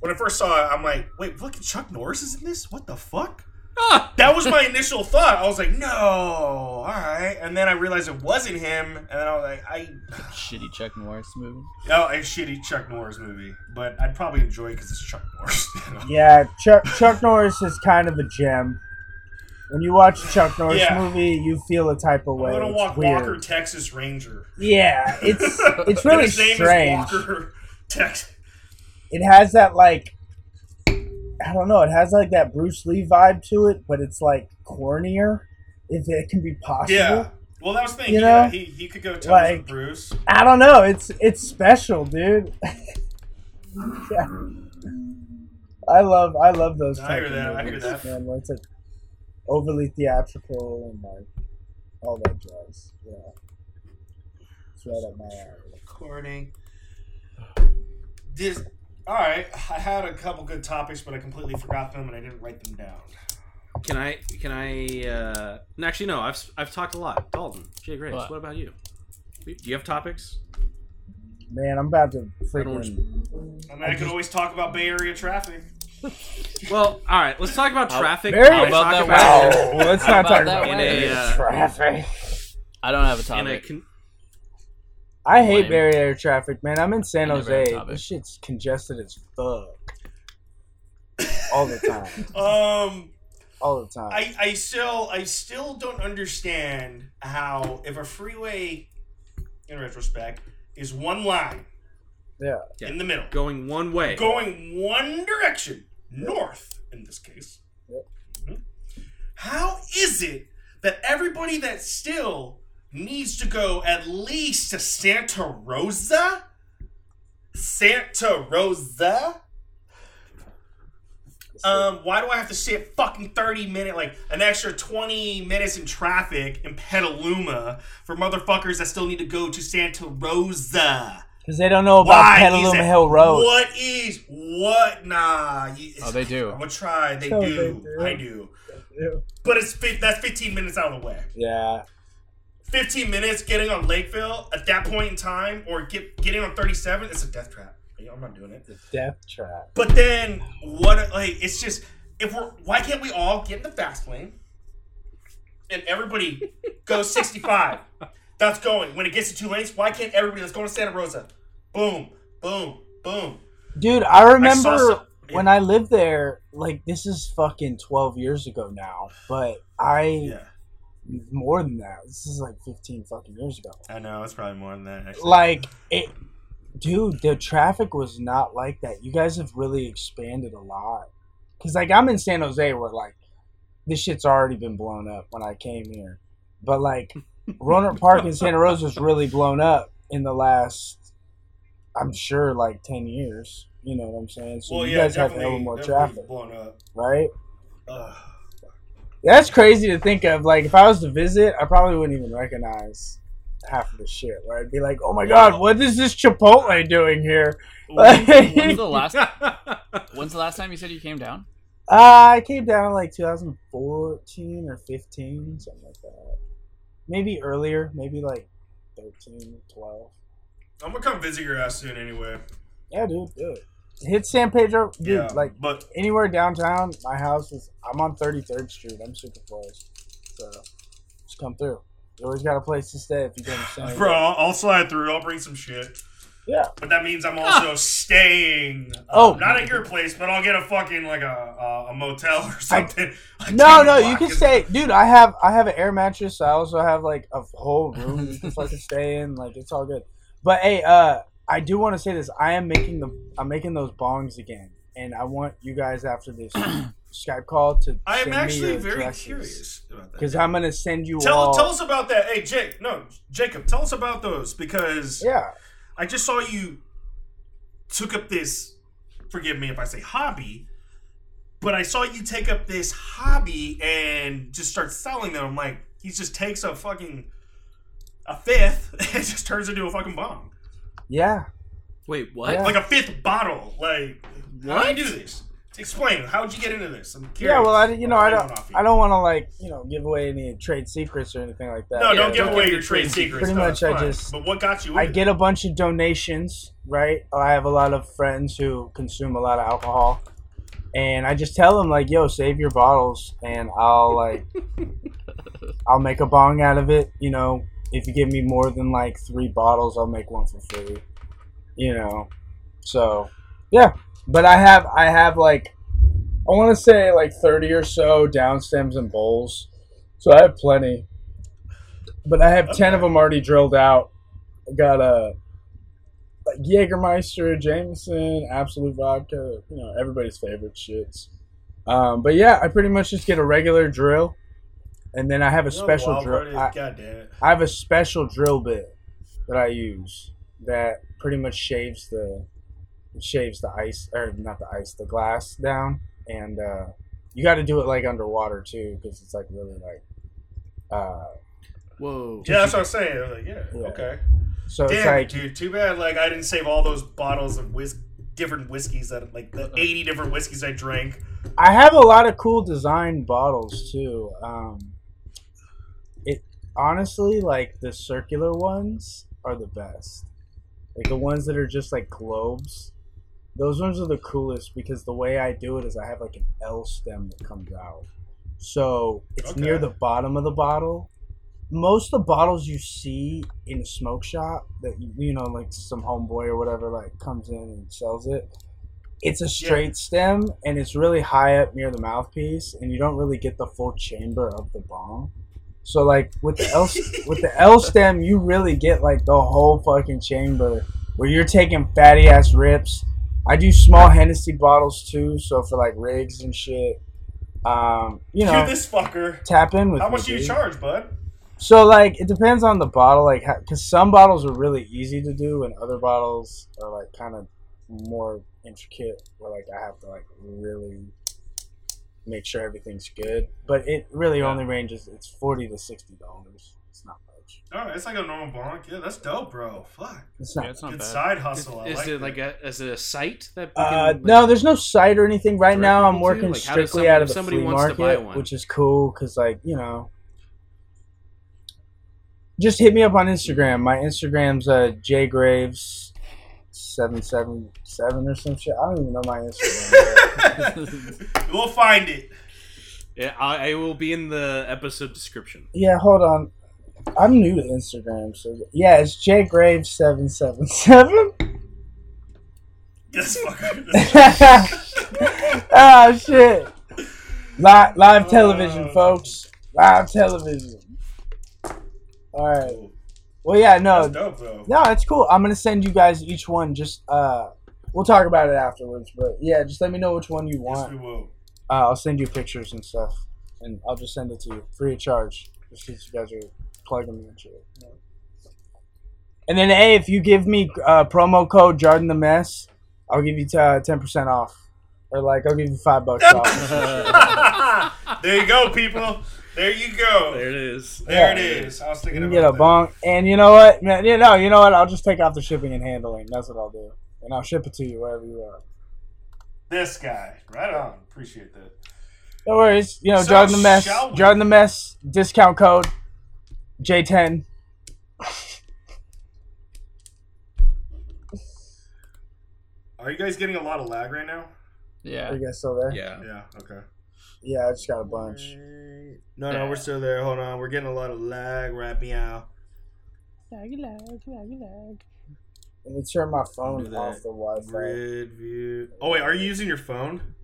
When I first saw it, I'm like, wait, look, Chuck Norris is in this? What the fuck? Ah! That was my initial thought. I was like, no, all right. And then I realized it wasn't him. And then I was like, I, Shitty Chuck Norris movie. oh, a shitty Chuck Norris movie. But I'd probably enjoy it because it's Chuck Norris. you know? Yeah, Chuck, Chuck Norris is kind of a gem. When you watch a Chuck Norris Yeah. movie, you feel a type of way. I'm going to It's walk weird. Walker, Texas Ranger. Yeah, *laughs* it's it's really His name strange. is Walker, *laughs* Texas. It has that like I don't know. It has like that Bruce Lee vibe to it, but it's like cornier, if it can be possible. Yeah. Well, that was the thing. You yeah, know? he, he could go tell Like- with Bruce. I don't know. It's it's special, dude. *laughs* yeah. I love I love those. I hear type of that, I hear movies, that. Man, where it's like overly theatrical and like all that jazz. Yeah, it's right up my alley. Recording. This. All right. I had a couple good topics, but I completely forgot them and I didn't write them down. Can I? Can I? Uh, no, actually, no. I've I've talked a lot. Dalton, Jay Grace. What, What? about you? Do you have topics? Man, I'm about to don't freaking. I mean, I, could always talk about Bay Area traffic. Well, all right. Let's talk about traffic. Very- Let's How about talk that about- Well, *laughs* let's How not about talk that about one? it. In a, *laughs* uh, traffic. I don't have a in a topic. con- I hate Lame. barrier traffic, man. I'm in San I never had a Jose. topic. This shit's congested as fuck. All *laughs* the time. Um, All the time. I, I still I still don't understand how if a freeway, in retrospect, is one line yeah. Yeah. in the middle going one way. going one direction, north in this case. Yep. Mhm. How is it that everybody that still needs to go at least to Santa Rosa? Santa Rosa? Um, why do I have to sit fucking 30 minute, like an extra 20 minutes in traffic in Petaluma for motherfuckers that still need to go to Santa Rosa? Because they don't know about Why is Petaluma it- Hill Road. What is what? Nah. You, Oh, they do. I'm gonna try. They No, do. they do. I do. But it's fif- that's 15 minutes out of the way. Yeah. 15 minutes getting on Lakeville at that point in time, or get getting on 37. It's a death trap. Yeah, I'm not doing it. The death trap. But then what? Like it's just if we're why can't we all get in the fast lane and everybody *laughs* goes 65? That's going. When it gets to two lanes, why can't everybody that's going to Santa Rosa? Boom, boom, boom. Dude, I remember some- when I lived there, like, this is fucking 12 years ago now, but I, Yeah. more than that, this is like 15 fucking years ago. I know it's probably more than that. Actually. Like, it, dude, the traffic was not like that. You guys have really expanded a lot. Because, like, I'm in San Jose where, like, this shit's already been blown up when I came here. But, like, Roanoke Park in Santa Rosa was really blown up in the last, I'm sure, like 10 years. You know what I'm saying? So you guys have hella definitely- more definitely traffic, blown *laughs* up. right? Ugh. That's crazy to think of. Like, if I was to visit, I probably wouldn't even recognize half of the shit. Where I'd be like, oh my god, what is this Chipotle *laughs* doing here? When's Like, uh, the last? That's When's the last time you said you came down? I came down in like 2014 or 15, something like that. Maybe earlier, maybe like 13, 12. I'm gonna come visit your ass soon anyway. Yeah, dude, do it. Hit San Pedro, dude. yeah, Like but anywhere downtown, my house is. I'm on 33rd Street. I'm super close, so just come through. You always got a place to stay if you come to San Jose. bro, I'll, I'll slide through. I'll bring some shit. Yeah. Ah. But that means I'm also staying. uh, Oh. not at your place, but I'll get a fucking like a a, a motel or *laughs* something. *laughs* Like, No, down no, the you block. can stay, dude. I have I have an air mattress. I also have like a whole room you can fucking stay in. Like it's all good. But hey, uh, I do want to say this. I am making the I'm making those bongs again, and I want you guys after *clears throat* this Skype call to. I am send me actually your very addresses. curious about that. Because I'm gonna send you Tell, all. tell us about that. Hey, Jake. No, Jacob. Tell us about those because yeah, I just saw you took up this. Forgive me if I say hobby, but I saw you take up this hobby and just start selling them. I'm like, he just takes a fucking a fifth *laughs* and just turns into a fucking bomb, yeah. *laughs* Wait, what? Yeah. like a fifth bottle. Like, how do you do this? Explain. How'd you get into this? I'm curious. Yeah, well, I, you know, I don't, off you. I don't want to like, you know, give away any trade secrets or anything like that. No, Yeah, don't give don't away give your your trade trade secrets. Pretty no, much it's I fine. just- But what got you? I into get a bunch of donations, right? I have a lot of friends who consume a lot of alcohol, and I just tell them like, "Yo, save your bottles, and I'll like, I'll make a bong out of it." You know, if you give me more than like three bottles, I'll make one for free. You know, so yeah. But I have, I have like, I want to say like thirty or so down stems and bowls, so I have plenty. But I have ten of them already drilled out got a like Jägermeister, Jameson, Absolute Vodka, you know, everybody's favorite shits. Um, but yeah, I pretty much just get a regular drill, and then I have a Oh, special wild drill. party. I, God damn it. I have a special drill bit that I use that pretty much shaves the shaves the ice or not the ice the glass down, and uh, you got to do it like underwater too because it's like really like uh, Whoa. Yeah, that's what I'm saying. I was like, yeah, Yeah. okay. so it's Damn, like dude. Too bad. Like, I didn't save all those bottles of whis- different whiskeys that, like, Uh-huh. the 80 different whiskeys I drank. I have a lot of cool design bottles too. Um, it honestly, like the circular ones are the best. Like the ones that are just like globes. Those ones are the coolest because the way I do it is I have like an L stem that comes out. So it's Okay. near the bottom of the bottle. Most of the bottles you see in a smoke shop that you, you know, like some homeboy or whatever, like comes in and sells it. It's a straight stem and it's really high up near the mouthpiece, and you don't really get the full chamber of the bomb. So like with the *laughs* L with the L stem, you really get like the whole fucking chamber where you're taking fatty ass rips. I do small Hennessy bottles too, so for like rigs and shit. Um, you know, Dude, this fucker. tap in with How me, much do you dude. charge, bud? So like it depends on the bottle, like because some bottles are really easy to do, and other bottles are like kind of more intricate, where like I have to like really make sure everything's good. But it really Yeah. only ranges it's forty to sixty dollars. It's not much. Oh, it's like a normal bong. Yeah, that's dope, bro. Fuck. It's not. Yeah, it's not Good bad. side hustle. I is like it like that. a is it a site that? we Uh, can, like, no, there's no site or anything right now. direct I'm people to? working Like, how does strictly some- out if of the somebody flea wants to market, buy one? which is cool because, like, you know, just hit me up on Instagram. My Instagram's uh, jgraves seven seven seven or some shit. I don't even know my *laughs* Instagram. *laughs* we'll find it. Yeah, I, I will be in the episode *laughs* description. yeah, hold on. I'm new to Instagram, so yeah, it's jgraves seven seven seven. This *laughs* fucker. oh shit! Live, live television, Oh. folks. Live television. All right. Well, yeah, That's no, dope, though. no, it's cool. I'm gonna send you guys each one. Just uh, we'll talk about it afterwards. But yeah, just let me know which one you Yes, we want. will. *laughs* Uh, I'll send you pictures and stuff, and I'll just send it to you free of charge. Just since you guys are plugging me into it. you know. And then, hey, if you give me uh, promo code Jordan the Mess, I'll give you uh, ten percent off, or like I'll give you five bucks *laughs* off. there you go, people. There you go. There There, it is. it is. I was You thinking can about get a that. bong, and you know what? Man, you know, you know what? I'll just take off the shipping and handling. That's what I'll do, and I'll ship it to you wherever you are. This guy. Right on. Appreciate that. No worries. You know, So, Jordan the Mess. shall we- Jordan the Mess. Discount code J10. Are you guys getting a lot of lag right now? I Yeah. guess so there. Yeah. Yeah. Yeah. Okay. I just got a bunch. No, no, we're still there. Hold on. We're getting a lot of lag right meow. Let me turn my Do phone that. off the Wi-Fi. Grid view. Oh wait, are you using your phone?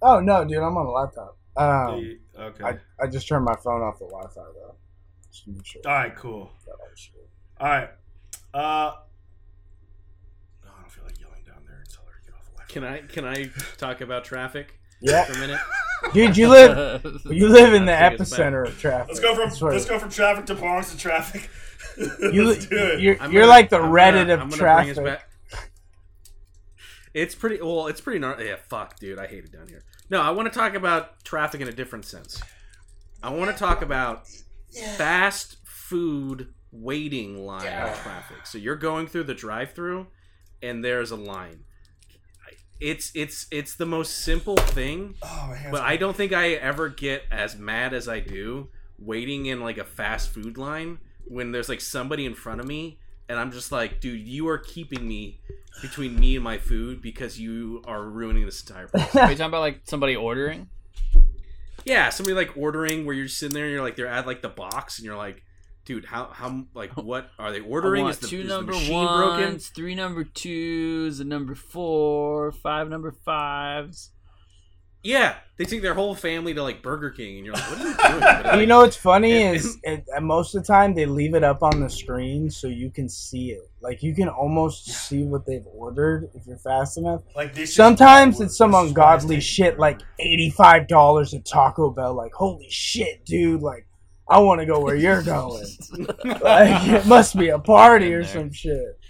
Oh no, dude, I'm on a laptop. Um, Do you- okay. I, I just turned my phone off the Wi-Fi though. Just to make sure. All right. Cool. that all shit. All right. Uh. No, I don't feel like yelling down there and tell her to get off the lag. Can I can I talk about traffic Yeah, for a minute? dude, *laughs* you live *laughs* you live in the I think it's bad. epicenter of traffic. Let's go I from swear. let's go from traffic to bongs to traffic. *laughs* You, let's do it. You're, I'm you're gonna- like the I'm Reddit gonna- of I'm gonna bring us traffic. back. It's pretty well. It's pretty gnar- yeah. Fuck, dude, I hate it down here. No, I want to talk about traffic in a different sense. I want to talk about fast food waiting line traffic. So you're going through the drive-through, and there's a line. it's it's it's the most simple thing, Oh, my hands but are- I don't think I ever get as mad as I do waiting in like a fast food line when there's like somebody in front of me and I'm just like, dude, you are keeping me between me and my food because you are ruining this entire *laughs* place. Are you talking about like somebody ordering? yeah, somebody like ordering where you're sitting there and you're like they're at like the box and you're like, dude, how how like what are they ordering? I Is want the, Oh. two is the number machine ones, broken? three number twos, a number four, five number fives. Yeah, they take their whole family to like Burger King, and you're like, "What are you doing?" But, *laughs* like, You know what's funny It- is it, uh, most of the time they leave it up on the screen so you can see it. Like you can almost see what they've ordered if you're fast enough. like this. Sometimes is- it's some this is why it's ungodly taking shit forever. like eighty-five dollars at Taco Bell. Like holy shit, dude! Like I want to go where you're going. like it must be a party Been or there. some shit.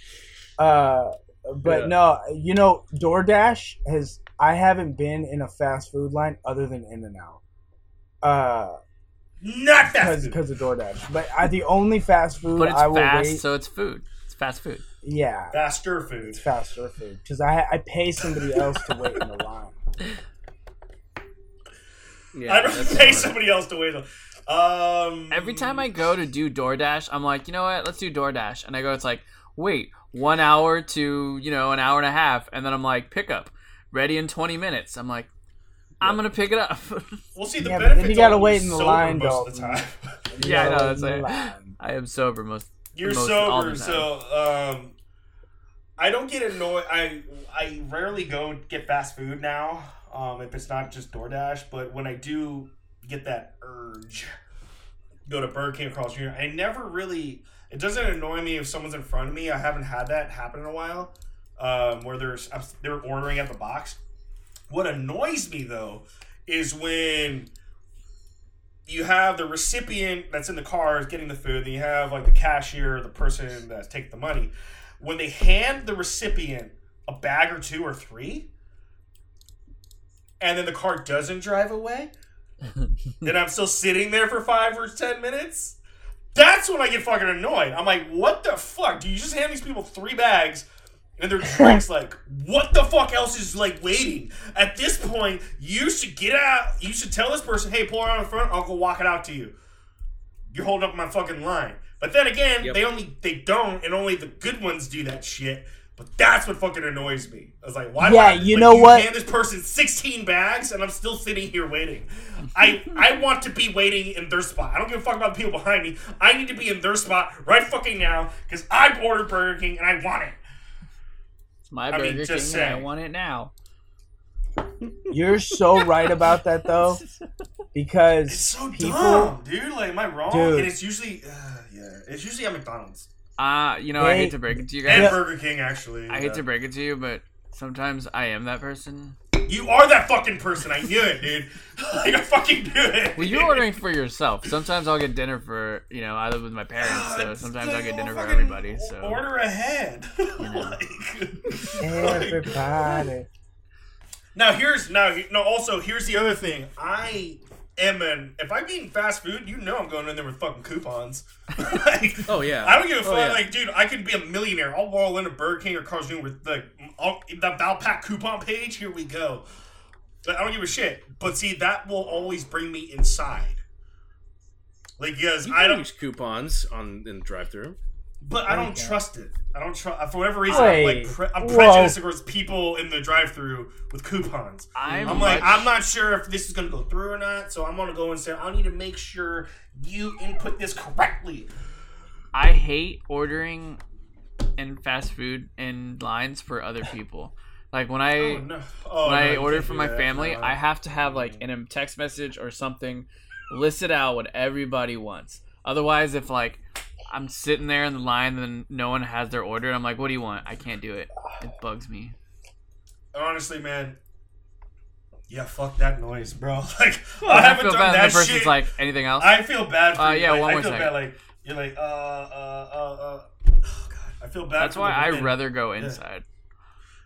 Uh, but Yeah. no, you know, DoorDash has. I haven't been in a fast food line other than In and Out. Uh, not that. because of DoorDash. But I, the only fast *laughs* food But it's I will fast, wait, so it's food. It's fast food. yeah, Faster food. it's faster food because I I pay somebody else to wait in the line. yeah, I'd that's rather pay hard. somebody else to wait. on. Um, Every time I go to do DoorDash, I'm like, you know what? Let's do DoorDash. And I go, it's like, wait, one hour to, you know, an hour and a half. And then I'm like, pickup, ready in 20 minutes. I'm like, I'm going to pick it up. *laughs* We'll see the Yeah, but then benefits. you gotta of wait being in the sober line, most of the Dalton. time. *laughs* *laughs* yeah, I know. No That's it. line. I am sober most. You're Most- all sober, the so um, I don't get annoyed. I I rarely go get fast food now. Um, if it's not just DoorDash, but when I do get that urge, go to Burger King across here. I never really. It doesn't annoy me if someone's in front of me. I haven't had that happen in a while. Um, where there's I'm- they're ordering at the box. What annoys me though is when you have the recipient that's in the car is getting the food, then you have like the cashier, the person that's taking the money. When they hand the recipient a bag or two or three, and then the car doesn't drive away, then I'm still sitting there for five or ten minutes. That's when I get fucking annoyed. I'm like, what the fuck? Do you just hand these people three bags and *laughs* their drinks? like, what the fuck else is like waiting? At this point, you should get out. You should tell this person, hey, pull around in front. I'll go walk it out to you. You're holding up my fucking line. But then again, Yep. they only they don't, and only the good ones do that shit. But that's what fucking annoys me. I was like, why? do Yeah, I- you like, know what? hand this person 16 bags, and I'm still sitting here waiting. I I want to be waiting in their spot. I don't give a fuck about the people behind me. I need to be in their spot right fucking now because I've ordered Burger King and I want it. It's my I Burger mean, King. just and I saying. want it now. You're so right about *laughs* that though, It's because so People- dumb, dude. Like, am I wrong? Dude. And it's usually, uh, yeah, it's usually at McDonald's Uh, you know, I They- hate to break it to you and guys. Burger King. Actually, I hate to yeah. break it to you, but sometimes I am that person. You are that fucking person. I knew it, dude. *laughs* like, I fucking knew it. Well, you're ordering for yourself. Sometimes I'll get dinner for you know I live with *sighs* my parents, so sometimes I get dinner for oh, Fucking everybody. So order ahead. *laughs* know. *laughs* like, like, everybody. Now here's now he- no. Also here's the other thing. I am an if I'm eating fast food, you know I'm going in there with fucking coupons. *laughs* like, Oh yeah, I don't give a fuck. Oh, yeah. Like, dude, I could be a millionaire. I'll roll into Burger King or Carl's Jr. with the I'll, the Valpak coupon page. Here we go. Like, I don't give a shit. But see, that will always bring me inside. Like, because You I can don't. use coupons on in the drive-through. But I don't Okay. trust it. I don't trust. For whatever reason, I'm Wait, like pre- I'm whoa. prejudiced towards people in the drive-through with coupons. I'm, I'm like, much- I'm not sure if this is gonna go through or not, so I'm gonna go and say, I need to make sure you input this correctly. I hate ordering in fast food in lines for other people. Like when I Oh, no. Oh, when no, I you order can't for do my that. Oh, family, No. I have to have like in a text message or something listed out what everybody wants. Otherwise, if like I'm sitting there in the line and no one has their order, I'm like, "What do you want?" I can't do it. It bugs me. honestly, man. Yeah, fuck that noise, bro. *laughs* Like *laughs* I And haven't feel done bad when that the person's shit. like, "Anything else?" I feel bad for Uh, you. yeah, like, one I more feel second. bad. Like you're like, uh, uh, uh, uh. Oh god, I feel bad. That's for why the I women. rather go inside.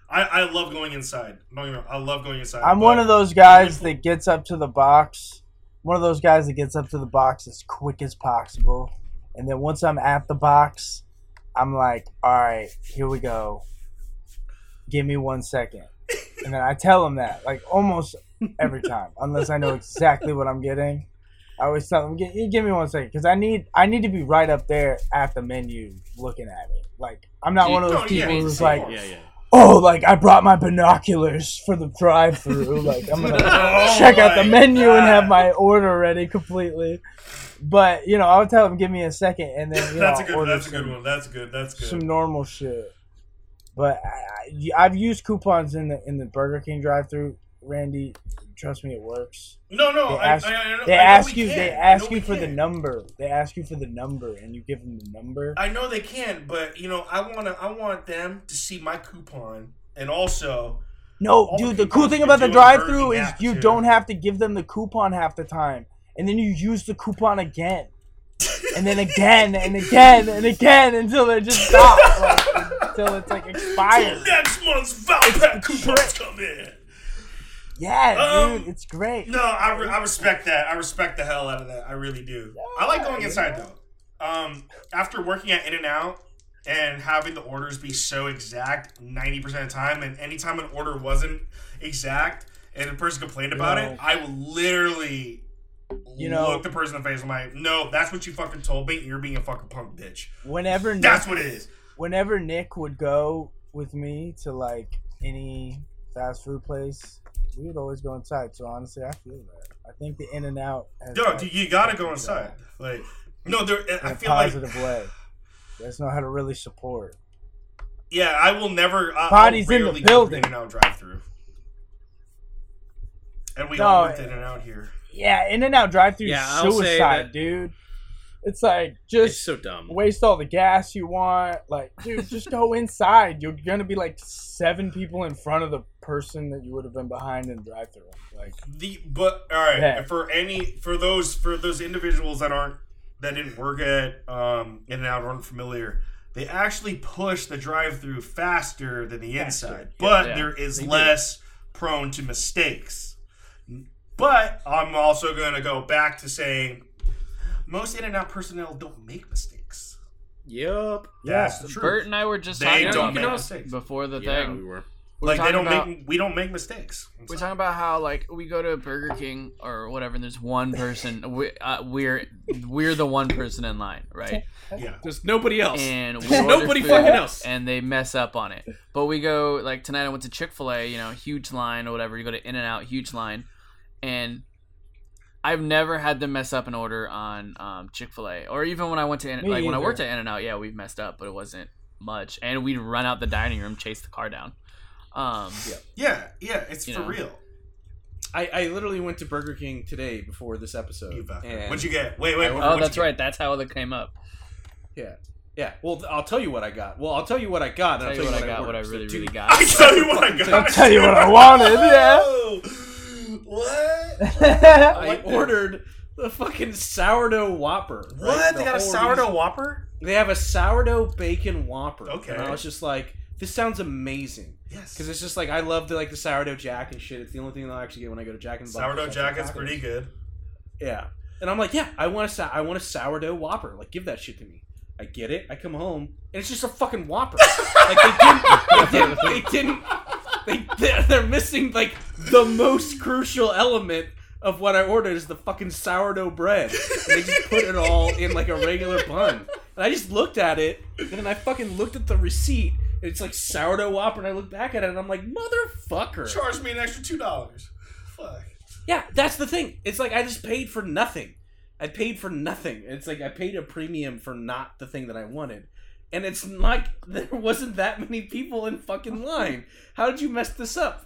I, I love going inside. Don't get me wrong, I love going inside. I'm but- one of those guys that gets up to the box. One of those guys that gets up to the box as quick as possible. And then once I'm at the box, I'm like, all right, here we go. Give me one second. and then I tell them that like almost every time, unless I know exactly what I'm getting. I always tell them, "Gi- you "Give me one second, because I need I need to be right up there at the menu looking at it. Like I'm not Dude, one of no, those yeah, people who's of like, course. Yeah, yeah. oh, like I brought my binoculars for the *laughs* drive-through. like I'm gonna Oh check out the my menu and have God. my order ready completely." But you know, I'll tell them, "Give me a second, and then you *laughs* *laughs* know, that's a I'll good. order That's a good some- one. That's good. That's good. some normal shit. But I, I, I've used coupons in the in the Burger King drive-through. Randy, trust me, it works. no, no. They I, ask- I, I, I, They I know ask we you. Can. They I know ask you we for the can. number. They ask you for the number, and you give them the number. I know they can, but you know, I wanna, I want them to see my coupon, and also, No, All dude. the The cool coupons thing you about do the in Burger drive-through King is app, you too. don't have to give them the coupon half the time, and then you use the coupon again, and then again, and again, and again until *laughs* they just stop, like, until it's like till expired. next month's Valpak coupons come in. Yeah, Um, dude, it's great. No, I, re- I respect that. I respect the hell out of that. I really do. I like going inside though. Um, after working at In and Out and having the orders be so exact ninety percent of the time, and anytime an order wasn't exact and the person complained about it, No. I would literally. You know- look the person in the face. I'm like, no, that's what you fucking told me. and You're being a fucking punk *laughs* bitch. Whenever Nick That's what it is. whenever Nick would go with me to like any fast food place, we would always go inside. So honestly, I feel that. I think the In and Out has No, like, dude, you gotta go inside. Like, no, there. in I a feel like, positive way. They just know how to really support. yeah, I will never. I, I'll Body's in the rarely go building. In and out drive through. And we No, all worked it- in and out here. Yeah, In and Out drive through Yeah, I'll say suicide, that- dude. It's like It's just so dumb. waste all the gas you want. Like, dude, just go inside. You're gonna be like seven people in front of the person that you would have been behind in drive through. *laughs* Like, The but all right Yeah. for any for those for those individuals that aren't that didn't work at um In and Out or aren't familiar. They actually push the drive through faster than the inside, but Yeah. there is They do. less prone to mistakes. But I'm also going to go back to saying most In and Out personnel don't make mistakes. Yup. yeah, That's the truth. Bert and I were just They talking don't about make that mistakes. before the Yeah, thing. we were. We were like they talking don't about- make we don't make mistakes. We're talking about how like we go to Burger King or whatever, and there's one person. We, uh, we're we're the one person in line, right? yeah. There's nobody else. *laughs* And we There's order nobody food, fucking else. And they mess up on it. But we go like tonight. I went to Chick Fil A, you know, huge line or whatever. You go to In and Out, huge line, and I've never had them mess up an order on um, Chick Fil A, or even when I went to In- Me like when I either. worked at In and Out. Yeah, we messed up, but it wasn't much, and we'd run out the dining room, chase the car down. Um, Yeah, yeah, it's You for know. real. I, I literally went to Burger King today before this episode. You bastard. and- What'd you get? Wait, wait. I- what- Oh, what'd that's you get? right. That's how it came up. Yeah. Well, th- I'll tell you what I got. Well, I'll tell you what I got. Tell and you I'll what I got, what I ordered. So really, two- really got. *laughs* I tell you what I got. I'll tell you what I wanted, yeah. What? I ordered the fucking sourdough Whopper. right? What? The They got a whole sourdough reason- Whopper? They have a sourdough bacon Whopper. Okay. And I was just like, this sounds amazing Yes. because it's just like I love the like the sourdough jack and shit. It's the only thing that I will actually get when I go to Jack and the Box. sourdough besides jack is tacos. pretty good. Yeah. And I'm like, yeah, I want a sou- I want a sourdough Whopper. Like, give that shit to me. I get it. I come home and it's just a fucking Whopper. like they didn't, they didn't, they didn't, they, they're missing like the most crucial element of what I ordered is the fucking sourdough bread. And they just put it all in like a regular bun. And I just looked at it and then I fucking looked at the receipt. And it's like sourdough Whopper, and I look back at it, and I'm like, motherfucker. Charge me an extra two dollars. Fuck. Yeah, that's the thing. It's like I just paid for nothing. I paid for nothing. It's like I paid a premium for not the thing that I wanted. And it's like *laughs* there wasn't that many people in fucking line. How did you mess this up?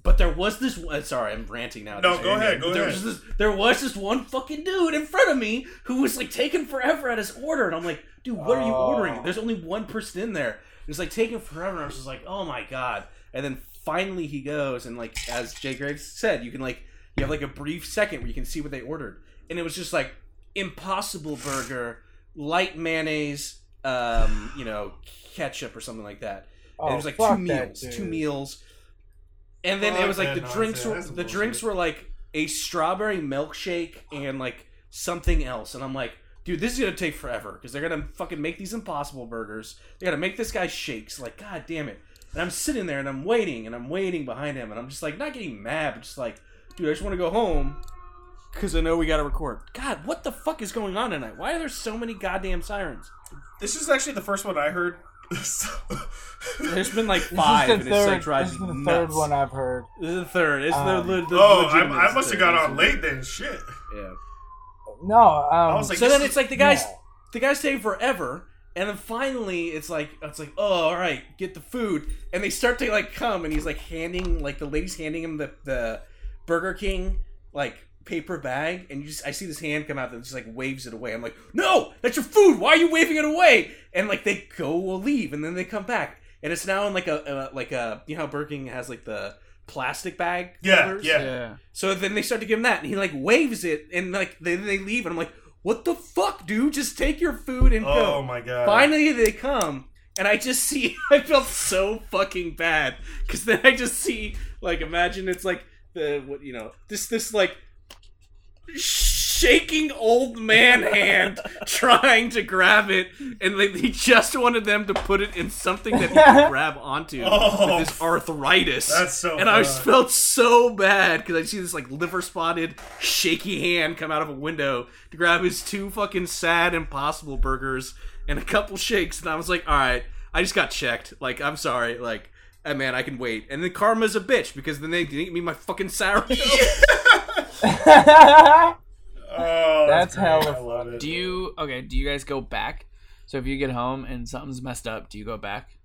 But there was this one. Sorry, I'm ranting now. No, Just go anger. ahead, go But there ahead. Was this, there was this one fucking dude in front of me who was like taking forever at his order, and I'm like, dude, what are you Oh. ordering? There's only one person in there. And it's like taking forever. And I was just like, oh my god. And then finally he goes, and like as Jay Graves said, you can like you have like a brief second where you can see what they ordered, and it was just like impossible burger, light mayonnaise, um, you know, ketchup or something like that. Oh, And it was like two meals, two meals, and then it Fuck was like that the drinks nonsense. were That's the bullshit. drinks were like a strawberry milkshake and like something else, and I'm like. Dude, this is gonna take forever because they're gonna fucking make these impossible burgers. They're gonna make this guy shakes. Like, god damn it! And I'm sitting there and I'm waiting and I'm waiting behind him and I'm just like not getting mad, but just like, dude, I just want to go home because I know we got to record. God, what the fuck is going on tonight? Why are there so many goddamn sirens? This is actually the first one I heard. *laughs* So- There's been like *laughs* This is five, the and it's third- like drives this is me the nuts. third one I've heard. This is the third. It's Um, the, the, the oh, I, legitimate I must have third. got on late then. Shit. Yeah. No, um, I was like, so this then is- it's like the guys no. *laughs* the guys stay forever and then finally it's like it's like oh all right get the food and they start to like come and he's like handing like the lady's handing him the the burger king like paper bag and you just i see this hand come out that just like waves it away i'm like no that's your food why are you waving it away and like they go leave and then they come back and it's now in like a, a like a you know how burger king has like the plastic bag Yeah, covers? *laughs* yeah. Yeah. So then they start to give him that, and he like waves it, and like then they leave, and I'm like, "What the fuck, dude? Just take your food and Oh go." my god. Finally, they come, and I just see. *laughs* I felt so fucking bad because then I just see like imagine it's like the what you know this this like shaking old *laughs* man hand trying to grab it, and like, he just wanted them to put it in something that he *laughs* could grab onto Oh, with his arthritis. That's so. And I fun. just felt so bad because I see this like liver spotted, shaky hand come out of a window to grab his two fucking sad impossible burgers and a couple shakes, and I was like, all right, I just got checked. Like, I'm sorry, like, eh, man, I can wait. And then karma's a bitch because then they didn't give me my fucking *laughs* sourdough. Oh, That's great. hella I love it. Do you okay? Do you guys go back? So if you get home and something's messed up, do you go back?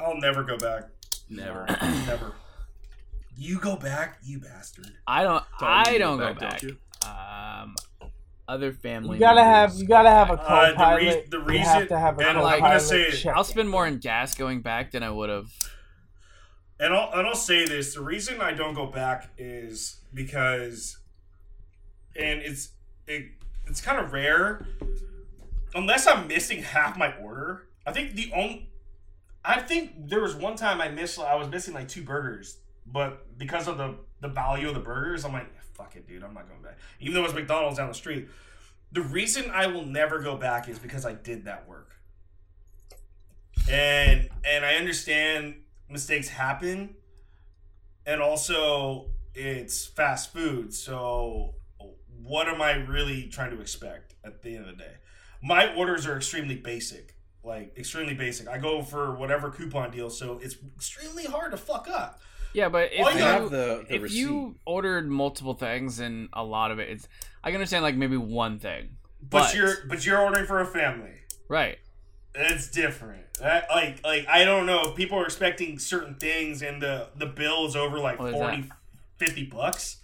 I'll never go back. Never. Never. You go back, you bastard. I don't. I don't go back. don't you? Um, other family. You gotta have members you gotta have a go back. Uh, the co-pilot. reas- the you reason- have to have a and I'm like- co-pilot. gonna say it. check-in. I'll spend more in gas going back than I would have. And I'll and I'll say this: the reason I don't go back is because, and it's it, it's kind of rare, unless I'm missing half my order. I think the only, I think there was one time I missed I was missing like two burgers, but because of the the value of the burgers, I'm like fuck it, dude, I'm not going back. Even though it's McDonald's down the street, the reason I will never go back is because I did that work. And and I understand mistakes happen and also it's fast food so what am i really trying to expect at the end of the day my orders are extremely basic like extremely basic i go for whatever coupon deal so it's extremely hard to fuck up Yeah, but if All I you you- have the, the if receipt. you ordered multiple things and a lot of it, it's I can understand like maybe one thing, but, But- you're but you're ordering for a family right? it's different That- like like i don't know if people are expecting certain things and the the bill is over like What is 40 50 bucks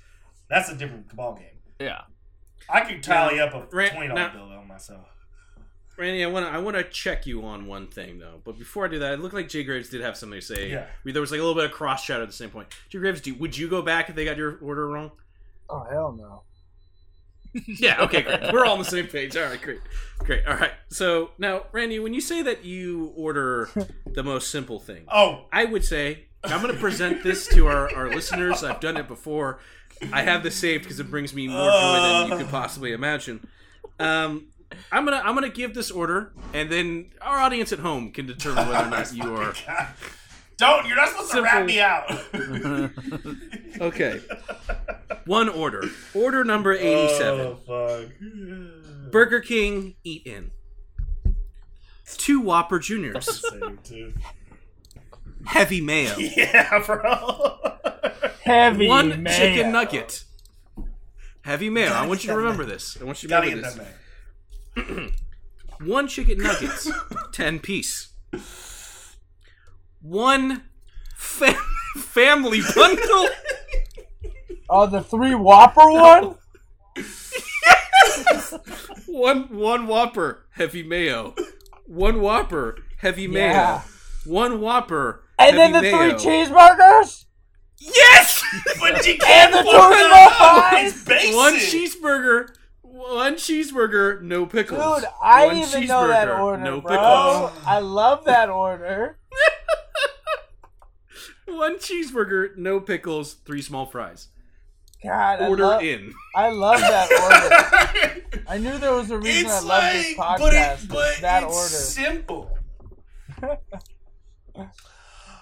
that's a different ball game Yeah, i could tally up a Ra- $20 now- bill on myself Randy, I want to I want to check you on one thing though. But before I do that, it looked like Jay Graves did have something to say. Yeah. We- There was like a little bit of cross chat at the same point. Jay Graves, do, would you go back if they got your order wrong? Oh hell no! Yeah. Okay. Great. We're all on the same page. All right. Great. Great. All right. So now, Randy, when you say that you order the most simple thing, Oh, I would say I'm going to present this to our, our listeners. I've done it before. I have this saved because it brings me more joy than you could possibly imagine. Um, I'm gonna I'm gonna give this order, and then our audience at home can determine whether or *laughs* not you are God. Don't. You're not supposed to Simple. rat me out. *laughs* Oh, okay. One order. Order number eighty-seven. Oh, fuck. Burger King eat in. Two Whopper Juniors. Same, too. Heavy *laughs* mayo. Yeah, bro. *laughs* Heavy One mayo. chicken nugget. Heavy mayo. I want you to remember this. I want you to Gotta get remember that this. man. One chicken nuggets, ten piece. One fa- family bundle. Oh, the *laughs* three Whopper one. One one Whopper heavy mayo. One Whopper heavy mayo. Yeah. One Whopper. And then the heavy mayo. three cheeseburgers. Yes. But you And can't the two afford remote that. pies? It's basic. one cheeseburger, one cheeseburger, no pickles. Dude, I one even know that cheeseburger, order, no bro. pickles. I love that order. pickles. One cheeseburger, no pickles, three small fries. God, I Order love, in. I love that *laughs* order. I knew there was a reason I It's love this like, podcast. but, it, but that it's order. simple.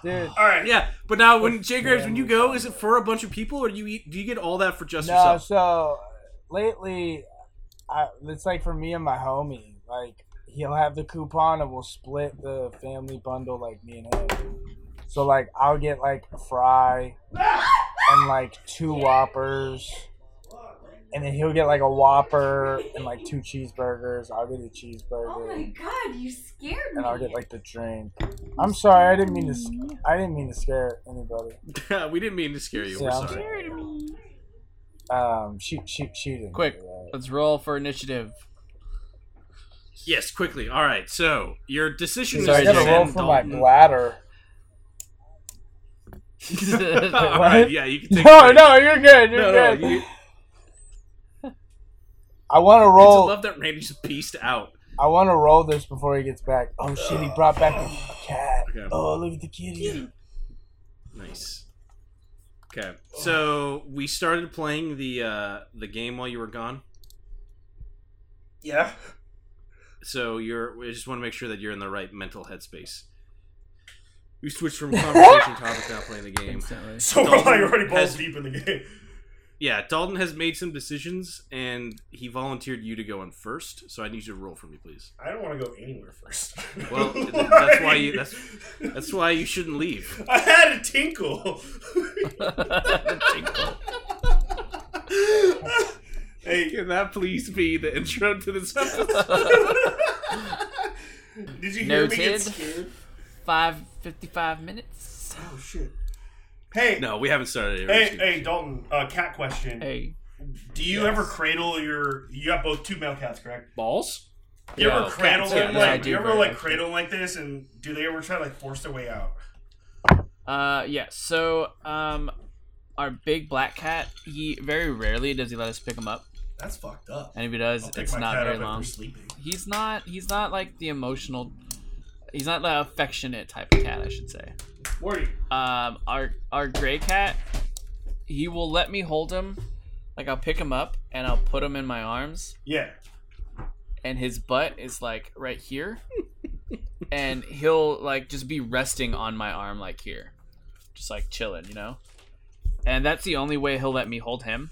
dude. All right. Yeah, but now when Jay Graves, when you go, is it for a bunch of people, or do you eat? Do you get all that for just No, yourself? so lately, I, it's like for me and my homie. Like he'll have the coupon, and we'll split the family bundle. Like me and him. So like I'll get like a fry and like two whoppers, and then he'll get like a whopper and like two cheeseburgers. I'll get a Oh my cheeseburger, god, you scared me. and I'll get like the drink. I'm sorry, I didn't mean to. s- I didn't mean to scare anybody. *laughs* we didn't mean to scare you. Yeah, We're I'm sorry. scared *laughs* me. Um, she she she didn't. Quick. do that. Let's roll for initiative. *laughs* Yes, quickly. All right. So your decision Sorry, I is Jay. to gotta roll send for my *laughs* Dalton. bladder. all *laughs* All right. Yeah, you can take. a No, break. no, you're good. You're no, no. good. You, I want to I just roll. love that Randy just pieced out. I want to roll this before he gets back. Oh shit! He brought back a cat. Okay. Oh look at the kitty. Nice. Okay, so we started playing the uh, the game while you were gone. Yeah. So you're. I just want to make sure that you're in the right mental headspace. We switched from conversation topic now playing the game. Instantly. So we're Dalton like already balls has- deep in the game. Yeah, Dalton has made some decisions, and he volunteered you to go in first. So I need you to roll for me, please. I don't want to go anywhere first. *laughs* Well, th- that's why you- That's why you shouldn't leave. *laughs* I had a tinkle. *laughs* *laughs* hey, Can that please be the intro to this episode? did you hear me get Noted. scared? Five fifty-five minutes. Oh shit. Hey, *laughs* no, we haven't started. it. hey, hey, Dalton. Uh, cat question. Hey, Do you ever cradle your? You have both two male cats, correct? balls. You No, ever cradle cats, them yeah. Yeah, I like? do Do you ever very like much. cradle them like this, and do they ever try to like force their way out? Uh, yeah. So, um, our big black cat, he very rarely does he let us pick him up, That's fucked up. and if he does, I'll take it's my not cat very up long. If we're sleeping. He's not. He's not like the emotional. He's not the affectionate type of cat, I should say. Morty. Um, our our gray cat, he will let me hold him. Like I'll pick him up and I'll put him in my arms, Yeah. and his butt is like right here, and he'll like just be resting on my arm like here, just like chilling, you know. And that's the only way he'll let me hold him.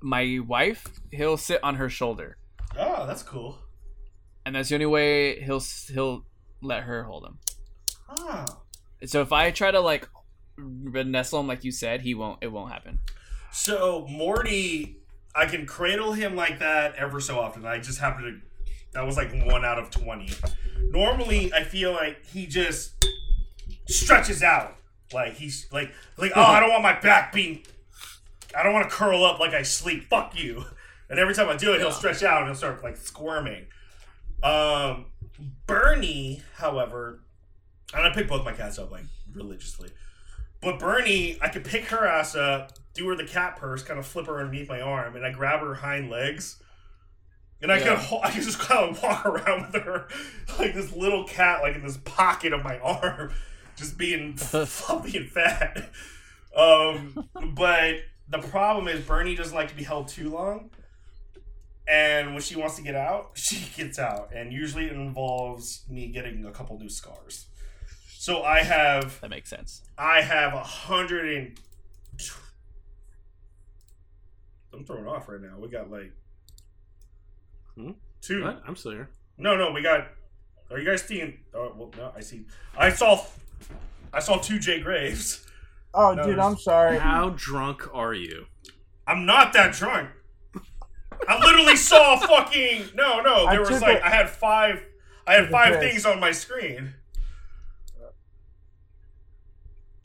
My wife, he'll sit on her shoulder, Oh, that's cool. and that's the only way he'll s- he'll let her hold him. Ah. So if I try to like nestle him like you said, he won't. It won't happen. So Morty, I can cradle him like that ever so often. I just happen to. That was like one out of twenty. Normally, I feel like he just stretches out, like he's like like oh, I don't want my back being. I don't want to curl up like I sleep. Fuck you. And every time I do it, he'll stretch out and he'll start like squirming. Um, Bernie, however, and I pick both my cats up like religiously. But Bernie, I could pick her ass up, do her the cat purse, kind of flip her underneath my arm, and I grab her hind legs, and I Yeah. could ho- I could just kind of walk *laughs* around with her like this little cat, like in this pocket of my *laughs* arm, just being fluffy and fat. Um, but the problem is Bernie doesn't like to be held too long, and when she wants to get out, *laughs* she gets out, and usually it involves me getting a couple new scars. So I have That makes sense. I have a hundred and. I'm thrown off right now. We got like Hmm? two. What? I'm still here. No, no, we got. Are you guys seeing? Oh well, no, I see. I saw. I saw two Jay Graves. Oh, No, dude, there's- I'm sorry. *laughs* How drunk are you? I'm not that drunk. I *laughs* literally saw fucking. No, no, I there was took like a- I had five. I had took a five piss. things on my screen.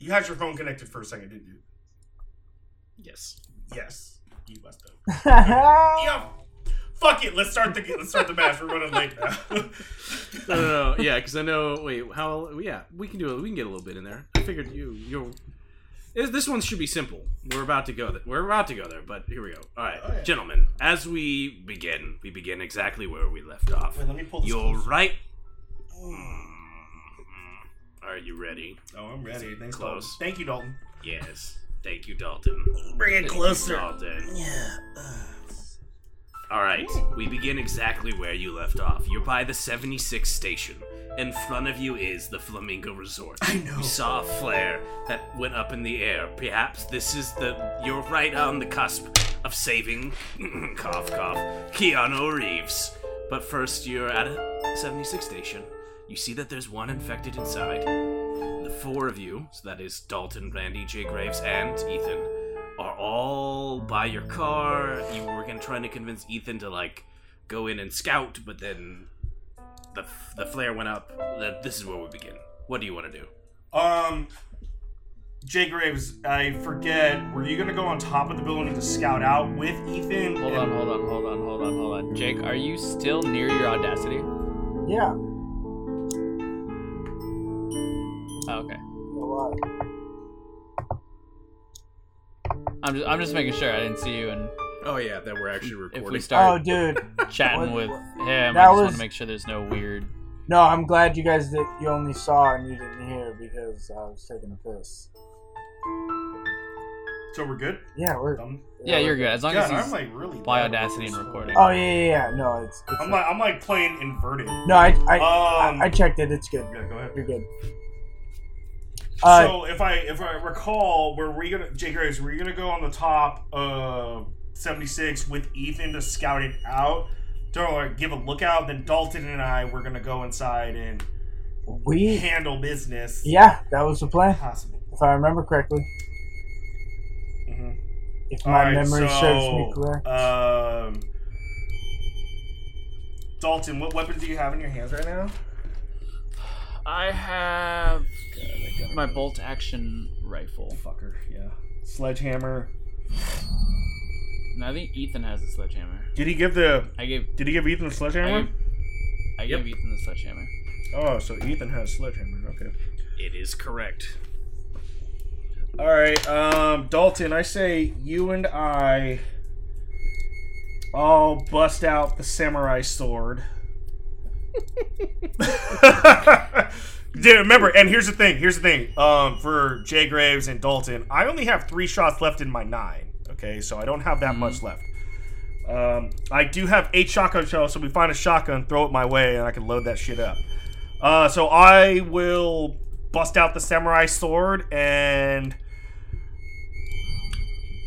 You had your phone connected for a second, didn't you? Yes. Yes, you must have. Yeah. Fuck it. Let's start the let's start the match. We're running late now. No, no, no. yeah, because I know. Wait, how? Yeah, we can do it. We can get a little bit in there. I figured you, you. This one should be simple. We're about to go. There. We're about to go there. But here we go. All right, Oh, yeah. gentlemen. As we begin, we begin exactly where we left off. Wait, let me pull this. You're close. right. Mm. Are you ready? Oh, I'm ready. Thanks, Close. Dalton. Thank you, Dalton. Yes. Thank you, Dalton. Bring it Thank you, Dalton. Yeah. uh, All right, we begin exactly where you left off. You're by the 76 station. In front of you is the Flamingo Resort. I know. You saw a flare that went up in the air. Perhaps this is the. You're right on the cusp of saving. *clears throat* cough, cough. Keanu Reeves. But first, you're at a 76 station. You see that there's one infected inside. The four of you, so that is Dalton, Randy, Jay Graves, and Ethan, are all by your car. You were gonna trying to convince Ethan to, like, go in and scout, but then the, the flare went up. Th- This is where we begin. What do you want to do? Um, Jay Graves, I forget. Were you gonna go on top of the building to scout out with Ethan? Hold and- on, hold on, hold on, hold on, hold on. Jake, are you still near your audacity? Yeah. Oh, okay. A lot. I'm just, I'm just making sure I didn't see you and Oh yeah, that we're actually if we recording. Oh, start dude. *laughs* chatting with What- what- him, I that just want was- to make sure there's no weird. No, I'm glad you guys that you only saw and you didn't hear because I was taking a piss. So we're good. Yeah, we're. Um, Yeah, you're good. As long as God, I'm he's like really. by bad at Audacity this. and recording. Oh yeah, yeah, yeah. No, it's. it's I'm like um, I'm like playing inverted. Um, no, I, I, I, I checked it. It's good. yeah, go ahead. You're good. Uh, so if I if I recall, were we gonna Jay Graves? Were you gonna go on the top of 76 with Ethan to scout it out, to like, give a lookout? Then Dalton and I were gonna go inside and we. handle business. Yeah, that was the plan, Possible. if I remember correctly. Mhm. If All my right, memory so, serves me correct. Um, Dalton, what weapon do you have in your hands right now? I have my bolt action rifle. Fucker, yeah. Sledgehammer. And I think Ethan has a sledgehammer. Did he give the? I gave Did he give Ethan the I sledgehammer? gave, I Yep. gave Ethan the sledgehammer. Oh, so Ethan has sledgehammer. Okay. it is correct. All right, um, Dalton, I say you and I all bust out the samurai *laughs* sword. Dude, remember, and here's the thing. Here's the thing. Um, for Jay Graves and Dalton, I only have three shots left in my nine. Okay, so I don't have that much left. Um, I do have eight shotgun shells, so we find a shotgun, throw it my way, and I can load that shit up. Uh, so I will bust out the samurai sword and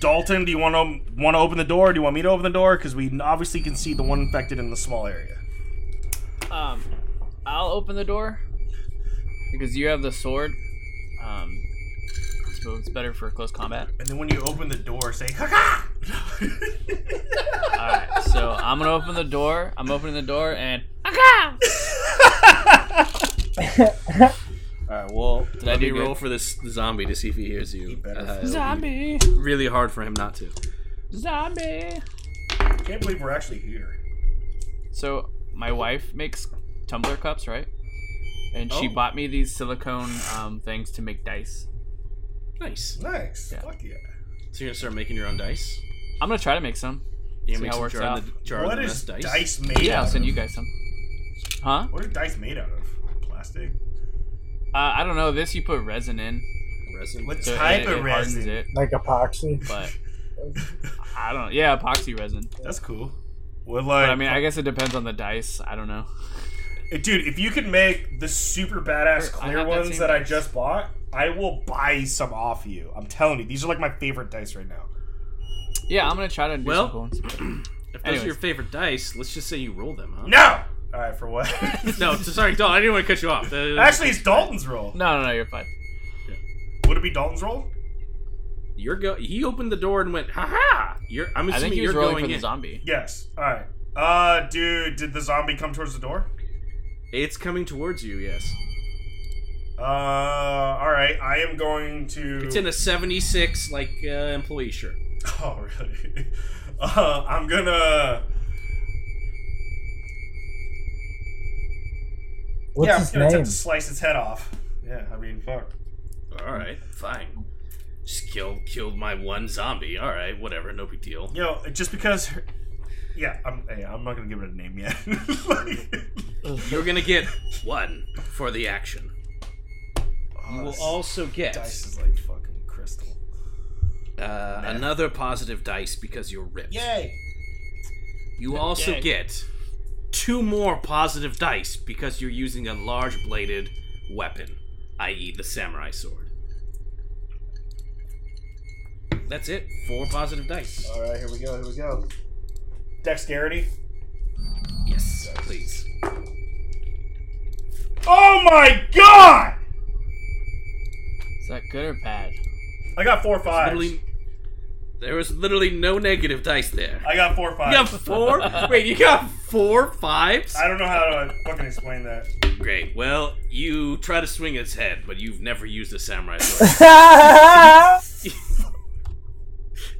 Dalton. Do you want to want to open the door? do you want me to open the door? Because we obviously can see the one infected in the small area. Um, I'll open the door because you have the sword. Um, so it's better for close combat. And then when you open the door, say "Haka!" All right, so I'm gonna open the door. I'm opening the door, and All right. Well, did I let me do good? roll for this zombie to see if he hears you. better. Uh, it'll be zombie, Really hard for him not to. zombie. *laughs* Can't believe we're actually here. So my wife makes tumbler cups, right? And she Oh. bought me these silicone um, things to make dice. Nice. Nice. Yeah. Fuck yeah. So you're gonna start making your own dice. I'm gonna try to make some. You're See gonna make how it some works jar in out. the jar what of the is best dice, dice. made Yeah, out I'll of? send you guys some. Huh? What are dice made out of? Plastic. Uh, I don't know. This you put resin in, Resin. What so type it, of it hardens resin? it. like epoxy. *laughs* But I don't. Yeah, epoxy resin. That's cool. Well, like, eh, But I mean, I guess it depends on the dice. I don't know. Dude, if you can make the super badass Sure, I clear have that ones same that I dice. just bought, I will buy some off you. I'm telling you, these are like my favorite dice right now. Yeah, I'm gonna try to do Well- some cool ones. If those Anyways. are your favorite dice, let's just say you roll them, huh? No. All right, for *laughs* what? No, so- sorry, Dalton. I didn't want to cut you *laughs* off. Uh, Actually, it's Dalton's roll. No, no, no, you're fine. Would it be Dalton's roll? you're go. He opened the door and went, "Ha ha!" You're. I'm I assuming think he was you're rolling going for the in. zombie. Yes. All right. Uh, dude, did the zombie come towards the door? It's coming towards you. Yes. Uh, all right. I am going to. It's in a 76 like uh, employee shirt. *laughs* Oh, really? *laughs* Uh, I'm gonna. What's yeah, I'm his gonna name? attempt to slice its head off. Yeah, I mean, fuck. All right, fine. Just killed killed my one zombie. All right, whatever, no big deal. You know, just because. Her... Yeah, I'm. Yeah, I'm not gonna give it a name yet. *laughs* Like- You're gonna get *laughs* one for the action. Oh, You will this also get Dice is like fucking crystal. uh, another positive dice because you're ripped. Yay! You also Yay. get two more positive dice because you're using a large bladed weapon, i.e., the samurai sword. That's it. Four positive dice. All right, here we go. Here we go. Dexterity. Yes, please. Oh my god! Is that good or bad? I got four fives. Literally, there was literally no negative dice there. I got four You fives. got four? *laughs* Wait, you got four fives? I don't know how to fucking explain that. Great. Well, you try to swing its head, but you've never used a samurai sword. *laughs*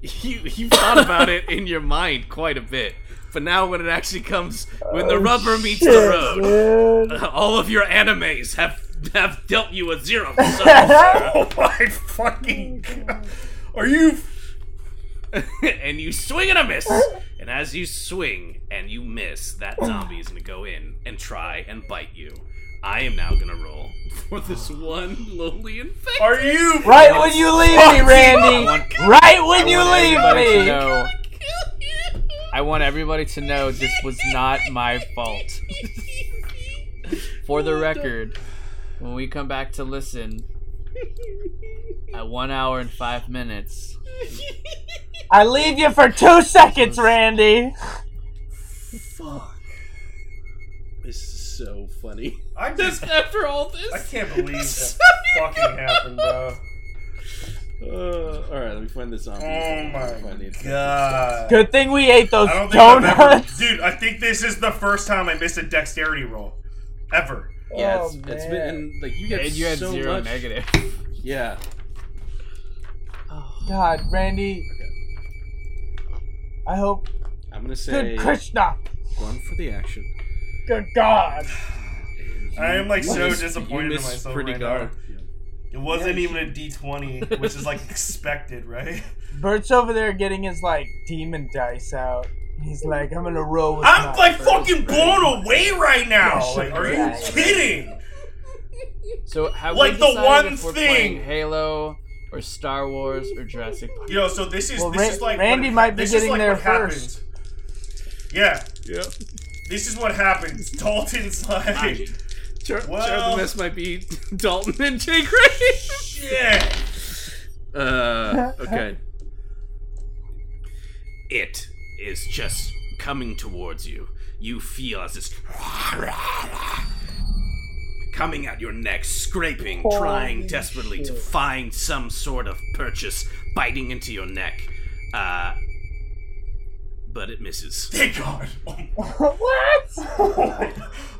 you you thought about it in your mind quite a bit, but now when it actually comes, when the rubber meets the road, road. all of your animes have have dealt you a zero. for *laughs* some Oh my fucking god. Are you. reason. *laughs* and you swing and a miss. And as you swing and you miss, that zombie is gonna go in and try and bite you. I am now gonna roll for this one lowly infected. Are you. Right when you leave me, Oh Randy. Right when you want everybody to leave me. know- I want everybody to know this was not my fault. For the record, when we come back to listen, at one hour and five minutes, I leave you for two seconds, Randy. Fuck. This is so funny. I just. After all I this. *laughs* can't believe that fucking happened, bro. Uh, all right, let me find this zombie. Oh my it. god. Good thing we ate those I don't think I've ever, *laughs* donuts. dude. I think this is the first time I missed a dexterity roll, ever. Yeah, Oh, it's, it's been man. and, like you get and you had so zero much. negative. Yeah, Oh. God, Randy. I hope. I'm gonna Good say Krishna. one for the action. Good God. I am like You so missed- disappointed you in missed myself Pretty right guard. now. It wasn't even a D twenty, which is like expected, right? Bert's over there getting his like demon dice out. He's like, I'm gonna roll with. I'm my like first fucking roll." blown away right now. Yeah, Like, are you yeah, yeah. kidding? So have Like we the decided one if we're thing- playing Halo or Star Wars or Jurassic Park? Yo, so this is Well, this Ra- is like Randy what, might be this is getting like there what happened. first. Yeah, Yeah. this is what happens. *laughs* Dalton's Ah, like, Char- Well- Charles Mess might be *laughs* Dalton and Jay Gray. yeah. Uh, okay. It is just coming towards you. You feel as it's coming at your neck, scraping, trying desperately to find some sort of purchase, biting into your neck. Uh, but it misses. Thank God. Oh my, *laughs* what? *laughs*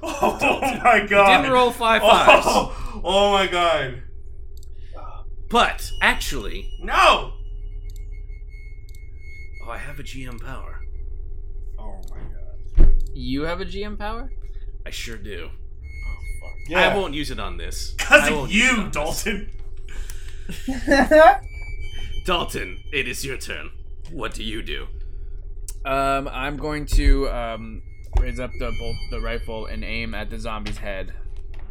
oh my God. Didn't roll five fives. Oh, oh my God. But actually, No. oh, I have a GM power. Oh my God. You have a GM power? I sure do. Yeah. I won't use it on *laughs* this. Because I of won't use it you, on this. Dalton. *laughs* *laughs* Dalton, it is your turn. What do you do? Um, I'm going to um raise up the bolt, the rifle and aim at the zombie's head.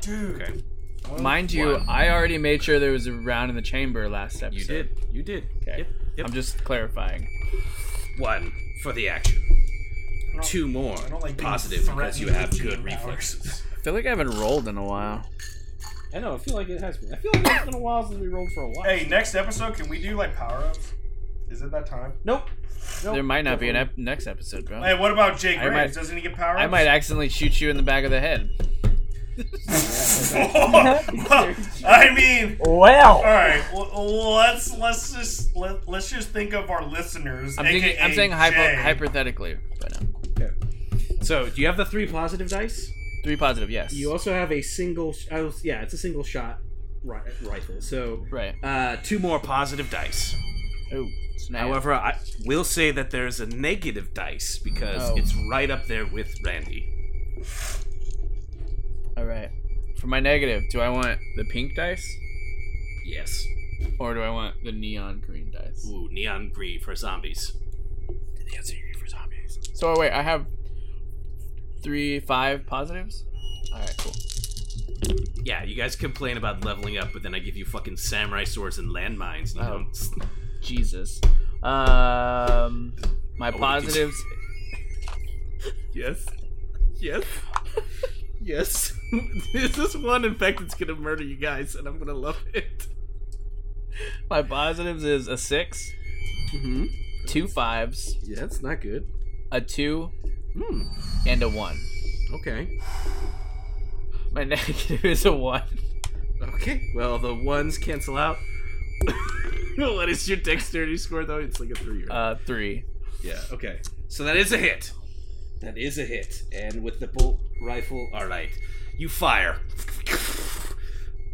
Dude. Okay. Mind you, One. I already made sure there was a round in the chamber last episode. You did. You did. Okay. Yep. Yep. I'm just clarifying. One for the action. I don't- Two more I don't like being positive because threatened you with have GM good powers. reflexes. I feel like I haven't rolled in a while. *laughs* I know. I feel like it has been. I feel like it's been a while since we rolled for a while. Hey, next episode, can we do like power ups? Is it that time? Nope. Nope. There might not be an ep- next episode, bro. Hey, what about Jake I Graves? might- Doesn't he get power ups? I *laughs* might *laughs* accidentally shoot you in the back of the head. I mean, all well, right. Well, let's let's just let, let's just think of our listeners. I'm, thinking, I'm AKA saying hypo- Jay. hypothetically, but no. So, do you have the three positive dice? Three positive, yes. You also have a single. Sh- oh, yeah, it's a single shot ri- rifle. So, right. uh, two more positive dice. Oh, snap. However, I will say that there's a negative dice because Oh. it's right up there with Randy. All right. For my negative, do I want the pink dice Yes. or do I want the neon green dice? Ooh, neon green for zombies. Neon green for zombies. So wait, I have three, five positives. All right, cool. Yeah, you guys complain about leveling up, but then I give you fucking samurai swords and landmines. And you Oh. don't... Jesus. Um, my Oh, positives. *laughs* Yes. *laughs* *laughs* Yes. Yes. *laughs* this is one infected's gonna murder you guys, and I'm gonna love it. My positives is a six, Mm-hmm. two fives, Yeah, it's not good. a two, Hmm. and a one. Okay. My *laughs* negative is a one. Okay. Well, the ones cancel out. *laughs* what is your dexterity score though? It's like a three. Right? Uh, three. yeah. Okay. So that is a hit. That is a hit. And with the bolt rifle, all right, you fire.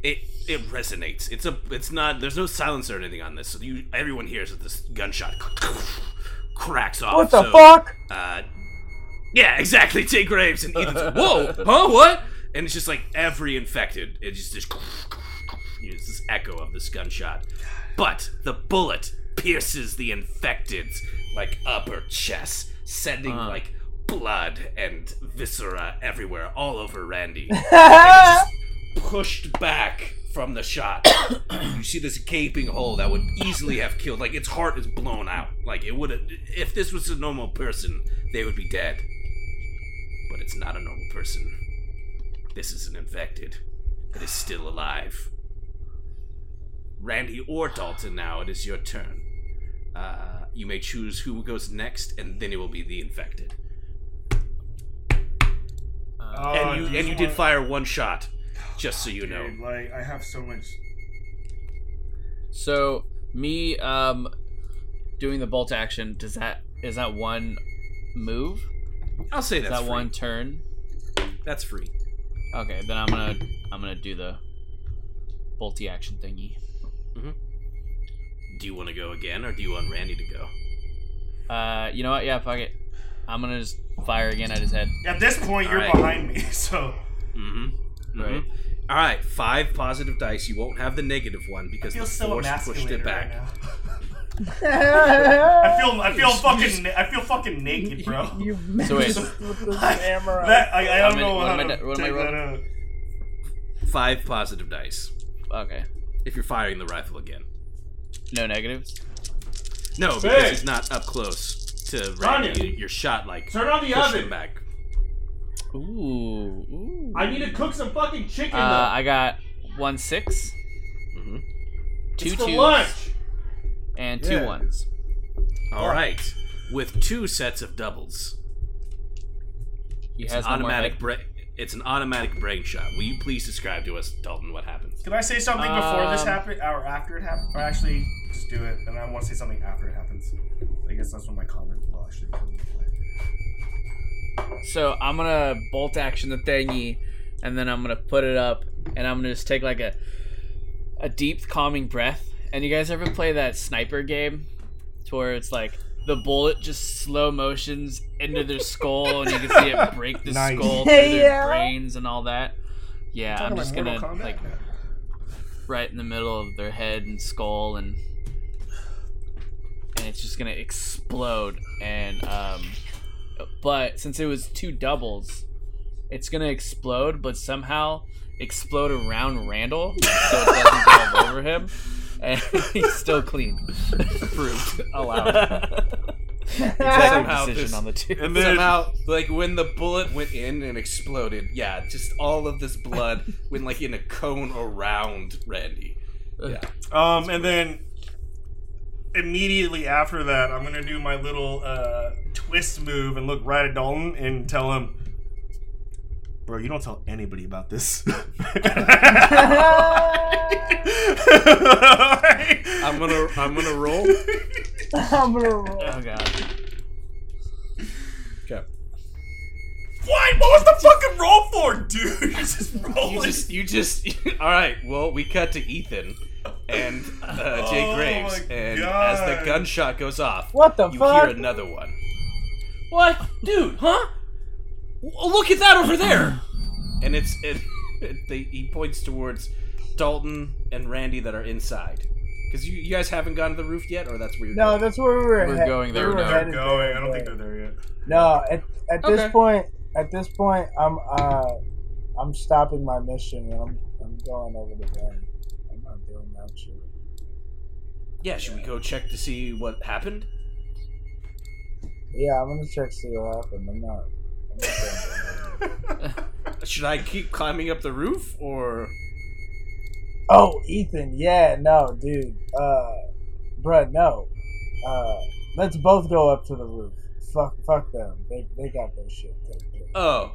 It it resonates. It's a. It's not. There's no silencer or anything on this. So you everyone hears that this gunshot cracks off. What the Oh, so- fuck? uh, yeah, exactly. Take Graves and Ethan's. Whoa, huh? What? And it's just like every infected. It's just this, you know, it's this echo of this gunshot. But the bullet pierces the infected's like upper chest, sending Uh. like blood and viscera everywhere, all over Randy pushed back from the shot. you see this gaping hole that would easily have killed. Like its heart is blown out. Like it would have. If this was a normal person, they would be dead. But it's not a normal person. This is an infected. It is still alive. Randy or Dalton, now it is your turn. Uh, you may choose who goes next, and then it will be the infected. Uh, Oh, and you do and you did want- fire one shot, just so you know. Dude, like I have so much. so me um doing the bolt action does that is that one move? I'll say Is that's that free. one turn? That's free. Okay, then I'm gonna I'm gonna do the bolty action thingy. Do you want to go again, or do you want Randy to go? Uh, you know what? Yeah, fuck it. I'm gonna just fire again at his head. At this point, you're Alright. behind me, *laughs* so Mm-hmm. Right. All right. Five positive dice. You won't have the negative one I because feel the so force pushed emasculated it right back. now. I I feel, I Yes, feel yes. fucking, na- I feel fucking naked, *laughs* bro. You So wait. messed with the *laughs* samurai. That, I, I How don't many- know what how am I to da- what am I take that out. Five positive dice. Okay, If you're firing the rifle again. no negatives. No, because Hey! it's not up close to Tanya! Randy. You- Your shot like Turn on the pushed oven. him back. Ooh. ooh. I need to cook some fucking chicken. Uh, though. I got one six Mhm. two it's for twos. lunch. and two Yeah. ones. All right. With two sets of doubles, He it's an has no more automatic head. bra- It's an automatic brain shot. Will you please describe to us, Dalton, what happens? Can I say something before this Um, happened, or after it happened? Or actually, just do it, and I want to say something after it happens. I guess that's when my comment will actually come into play. So I'm gonna bolt action the thingy, and then I'm gonna put it up, and I'm gonna just take like a a deep calming breath. And you guys ever play that sniper game, to where it's like the bullet just slow motions into their skull, and you can see it break the Nice. skull through their Yeah. brains and all that. Yeah, I'm Talking just about gonna Mortal Kombat? like right in the middle of their head and skull and and it's just gonna explode and um but since it was two doubles it's gonna explode but somehow explode around randall so it doesn't *laughs* go all over him and *laughs* he's still clean Approved. *laughs* *laughs* allowed Somehow decision this- on the two *laughs* And somehow, like when the bullet went in and exploded, yeah, just all of this blood *laughs* went like in a cone around Randy. Yeah. Um, and then immediately after that, I'm gonna do my little uh, twist move and look right at Dalton and tell him, "Bro, you don't tell anybody about this." *laughs* I'm gonna I'm gonna *laughs* roll. I'm gonna roll. oh god Okay. Why? What was the fucking roll for, dude? *laughs* You're just rolling. You just *laughs* you just *laughs* Alright, well we cut to Ethan and uh, Jay Oh Graves my and God. as the gunshot goes off *laughs* What the you fuck? hear another one. What? Dude, huh? W- Look at that over there. And it's it, it they, he points towards Dalton and Randy that are inside. Cuz you, you guys haven't gone to the roof yet or that's where you're no, going? that's where we were. We're head- going there we were now. they're headed going. there, I don't think but- they're there yet. No, at, at Okay. this point, at this point, I'm uh, I'm stopping my mission and I'm I'm going over to Ben. I'm not doing that shit. Yeah, should we go check to see what happened? Yeah, I'm gonna check see what happened. I'm not. I'm not doing that. Should I keep climbing up the roof or? Oh, Ethan, yeah, no, dude. Uh bruh, no. Uh let's both go up to the roof. Fuck fuck them. They they got their shit taken care of. Oh,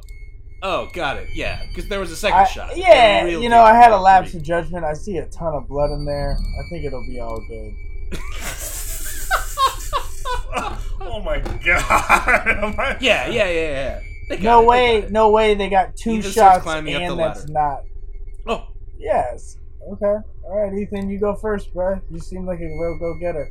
oh, got it. Yeah, because there was a second I- shot. A Yeah, real you know, I deal. had a lapse Three. *laughs* of judgment. I see a ton of blood in there. I think it'll be all good. *laughs* oh my god. *laughs* Oh Am I- *laughs* Yeah, yeah, yeah, yeah. They got it, No they way, got it. no way. They got two Ethan starts shots, climbing up and the that's ladder. not. Oh, Yes. Okay. All right, Ethan, you go first, bruh. You seem like a real go-getter.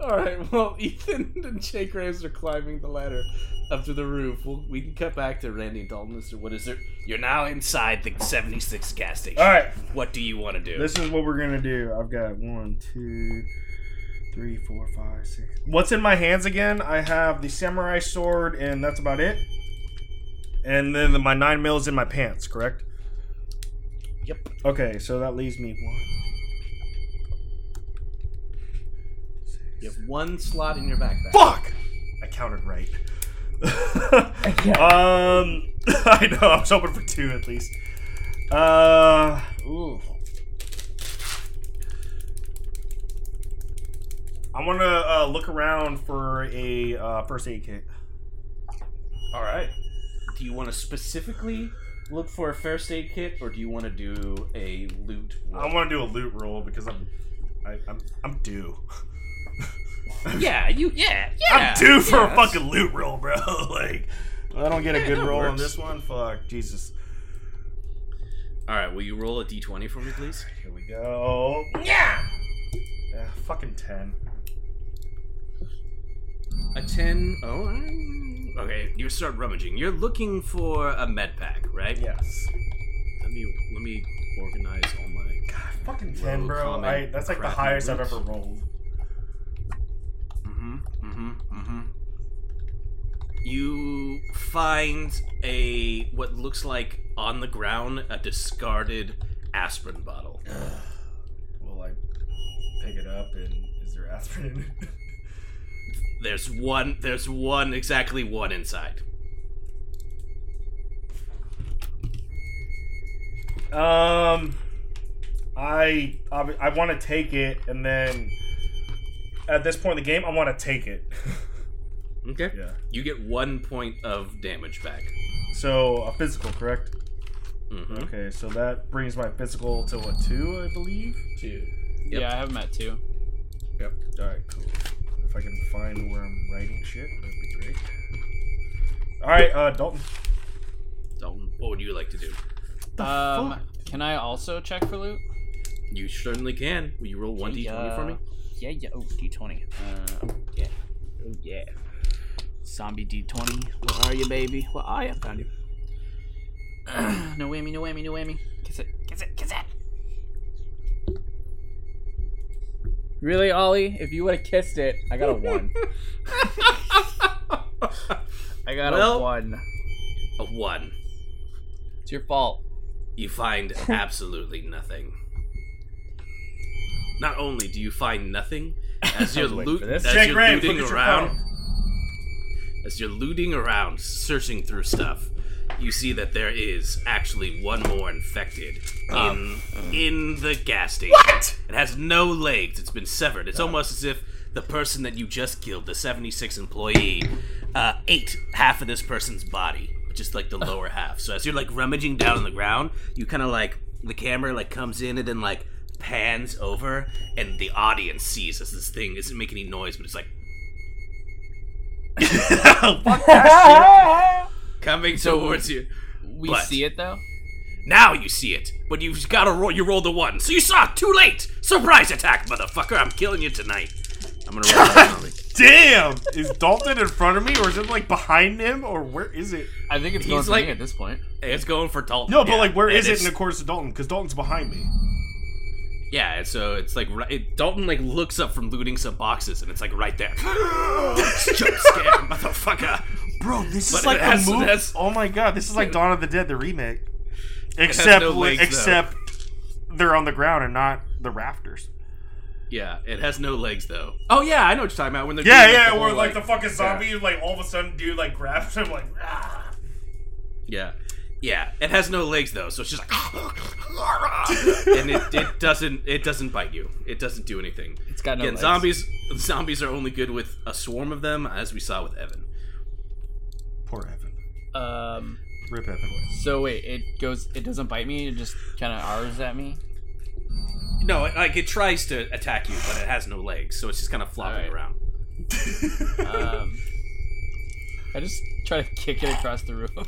All right. Well, *laughs* Ethan and Jake Graves are climbing the ladder up to the roof. We'll, we can cut back to Randy Dalton. Mister, what is there? You're now inside the 76 gas station. All right. What do you want to do? This is what we're gonna do. I've got one, two, three, four, five, six. What's in my hands again? I have the samurai sword, and that's about it. And then my nine mil is in my pants, correct? Yep. Okay, so that leaves me one. you have one slot in your backpack. Fuck! I counted right. um, *laughs* I know. I was hoping for two at least. Uh, Ooh. I want to uh, look around for a uh, first aid kit. All right. Do you want to specifically look for a first aid kit, or do you want to do a loot? roll? I want to do a loot roll because I'm, I, I'm, I'm due. yeah, you. Yeah, yeah. I'm due for yeah, a that's- fucking loot roll, bro. *laughs* like, I don't get a Yeah, good that roll on works. this one. Fuck, Jesus. All right. Will you roll a d20 for me, please? Here we go. Yeah. Yeah, fucking ten. A 10. Oh, I- okay. You start rummaging. You're looking for a med pack, right? Yes. Let me let me organize all my. God, fucking ten, Roll bro. common I, that's like the crap highest I've numbers. ever rolled. Mm-hmm. Mm-hmm. Mm-hmm. You find a what looks like on the ground a discarded aspirin bottle. Will I pick it up and is there aspirin *laughs* in it? There's one. There's one. Exactly one inside. Um, I I, I want to take it, and then at this point in the game, I want to take it. *laughs* Okay. yeah. You get one point of damage back. So a physical, correct? Mm-hmm. Okay, so that brings my physical to what two, I believe. Two. Yep. Yeah, I have met two. Yep. All right, cool. If I can find where I'm writing shit, that'd be great. All right, uh, Dalton. Dalton, what would you like to do? Um, can I also check for loot? You certainly can. Will you roll one d20 for me? Yeah, yeah. Oh, d20. Uh, yeah. Oh, yeah. Zombie d20. Where are you, baby? Where are you? Found you. *clears throat* no whammy, no whammy, no whammy. Kiss it, kiss it, kiss it. Really, Ollie? If you would have kissed it, I got a *laughs* one. I got Well- a one. A one. It's your fault. You find absolutely nothing. Not only do you find nothing, as you're, waiting loot, for this. as Jake you're Graves, looting look at your around, as you're looting around, searching through stuff, you see that there is actually one more infected in in the gas station. It has no legs. It's been severed. It's almost as if the person that you just killed, the 76 employee, uh, ate half of this person's body, just like the lower half. So as you're like rummaging down on the ground, you kind of like the camera like comes in and then like pans over, and the audience sees as this thing isn't making any noise, but it's like *laughs* coming towards you. We But- see it though. Now you see it, but you've got to roll. You rolled a one, so you saw it too late. Surprise attack, motherfucker! I'm killing you tonight. I'm gonna *laughs* roll. another zombie. Damn, is Dalton in front of me, or is it like behind him, or where is it? I think it's He's going to like- me at this point. It's going for Dalton. No, but yeah. like, where And is it it's- in accordance to Dalton? Because Dalton's behind me. Yeah, and so it's like right, it, Dalton like looks up from looting some boxes, and it's like right *laughs* there. Jump scare, motherfucker! Bro, this But is like it has- a movie. that's- oh my god, this is like Dawn of the Dead, the remake. has Except, no legs, except they're on the ground and not the rafters. Yeah, it has no legs though. Oh yeah, I know what you're talking about. When they're Yeah, doing, yeah, the where whole, like the fucking zombie, like all of a sudden, dude, like grabs him, like, ah. yeah, yeah. It has no legs though, so it's just like, *laughs* and it, it doesn't it doesn't bite you. It doesn't do anything. It's got no Again, legs. zombies *laughs* zombies are only good with a swarm of them, as we saw with Evan. Poor Evan. Um. Rip Evan. So wait, it goes. It doesn't bite me. It just kind of ours at me. No, it- like it tries to attack you, but it has no legs, so it's just kind of flopping Alright. around. Um. I just try to kick it across the room. *laughs*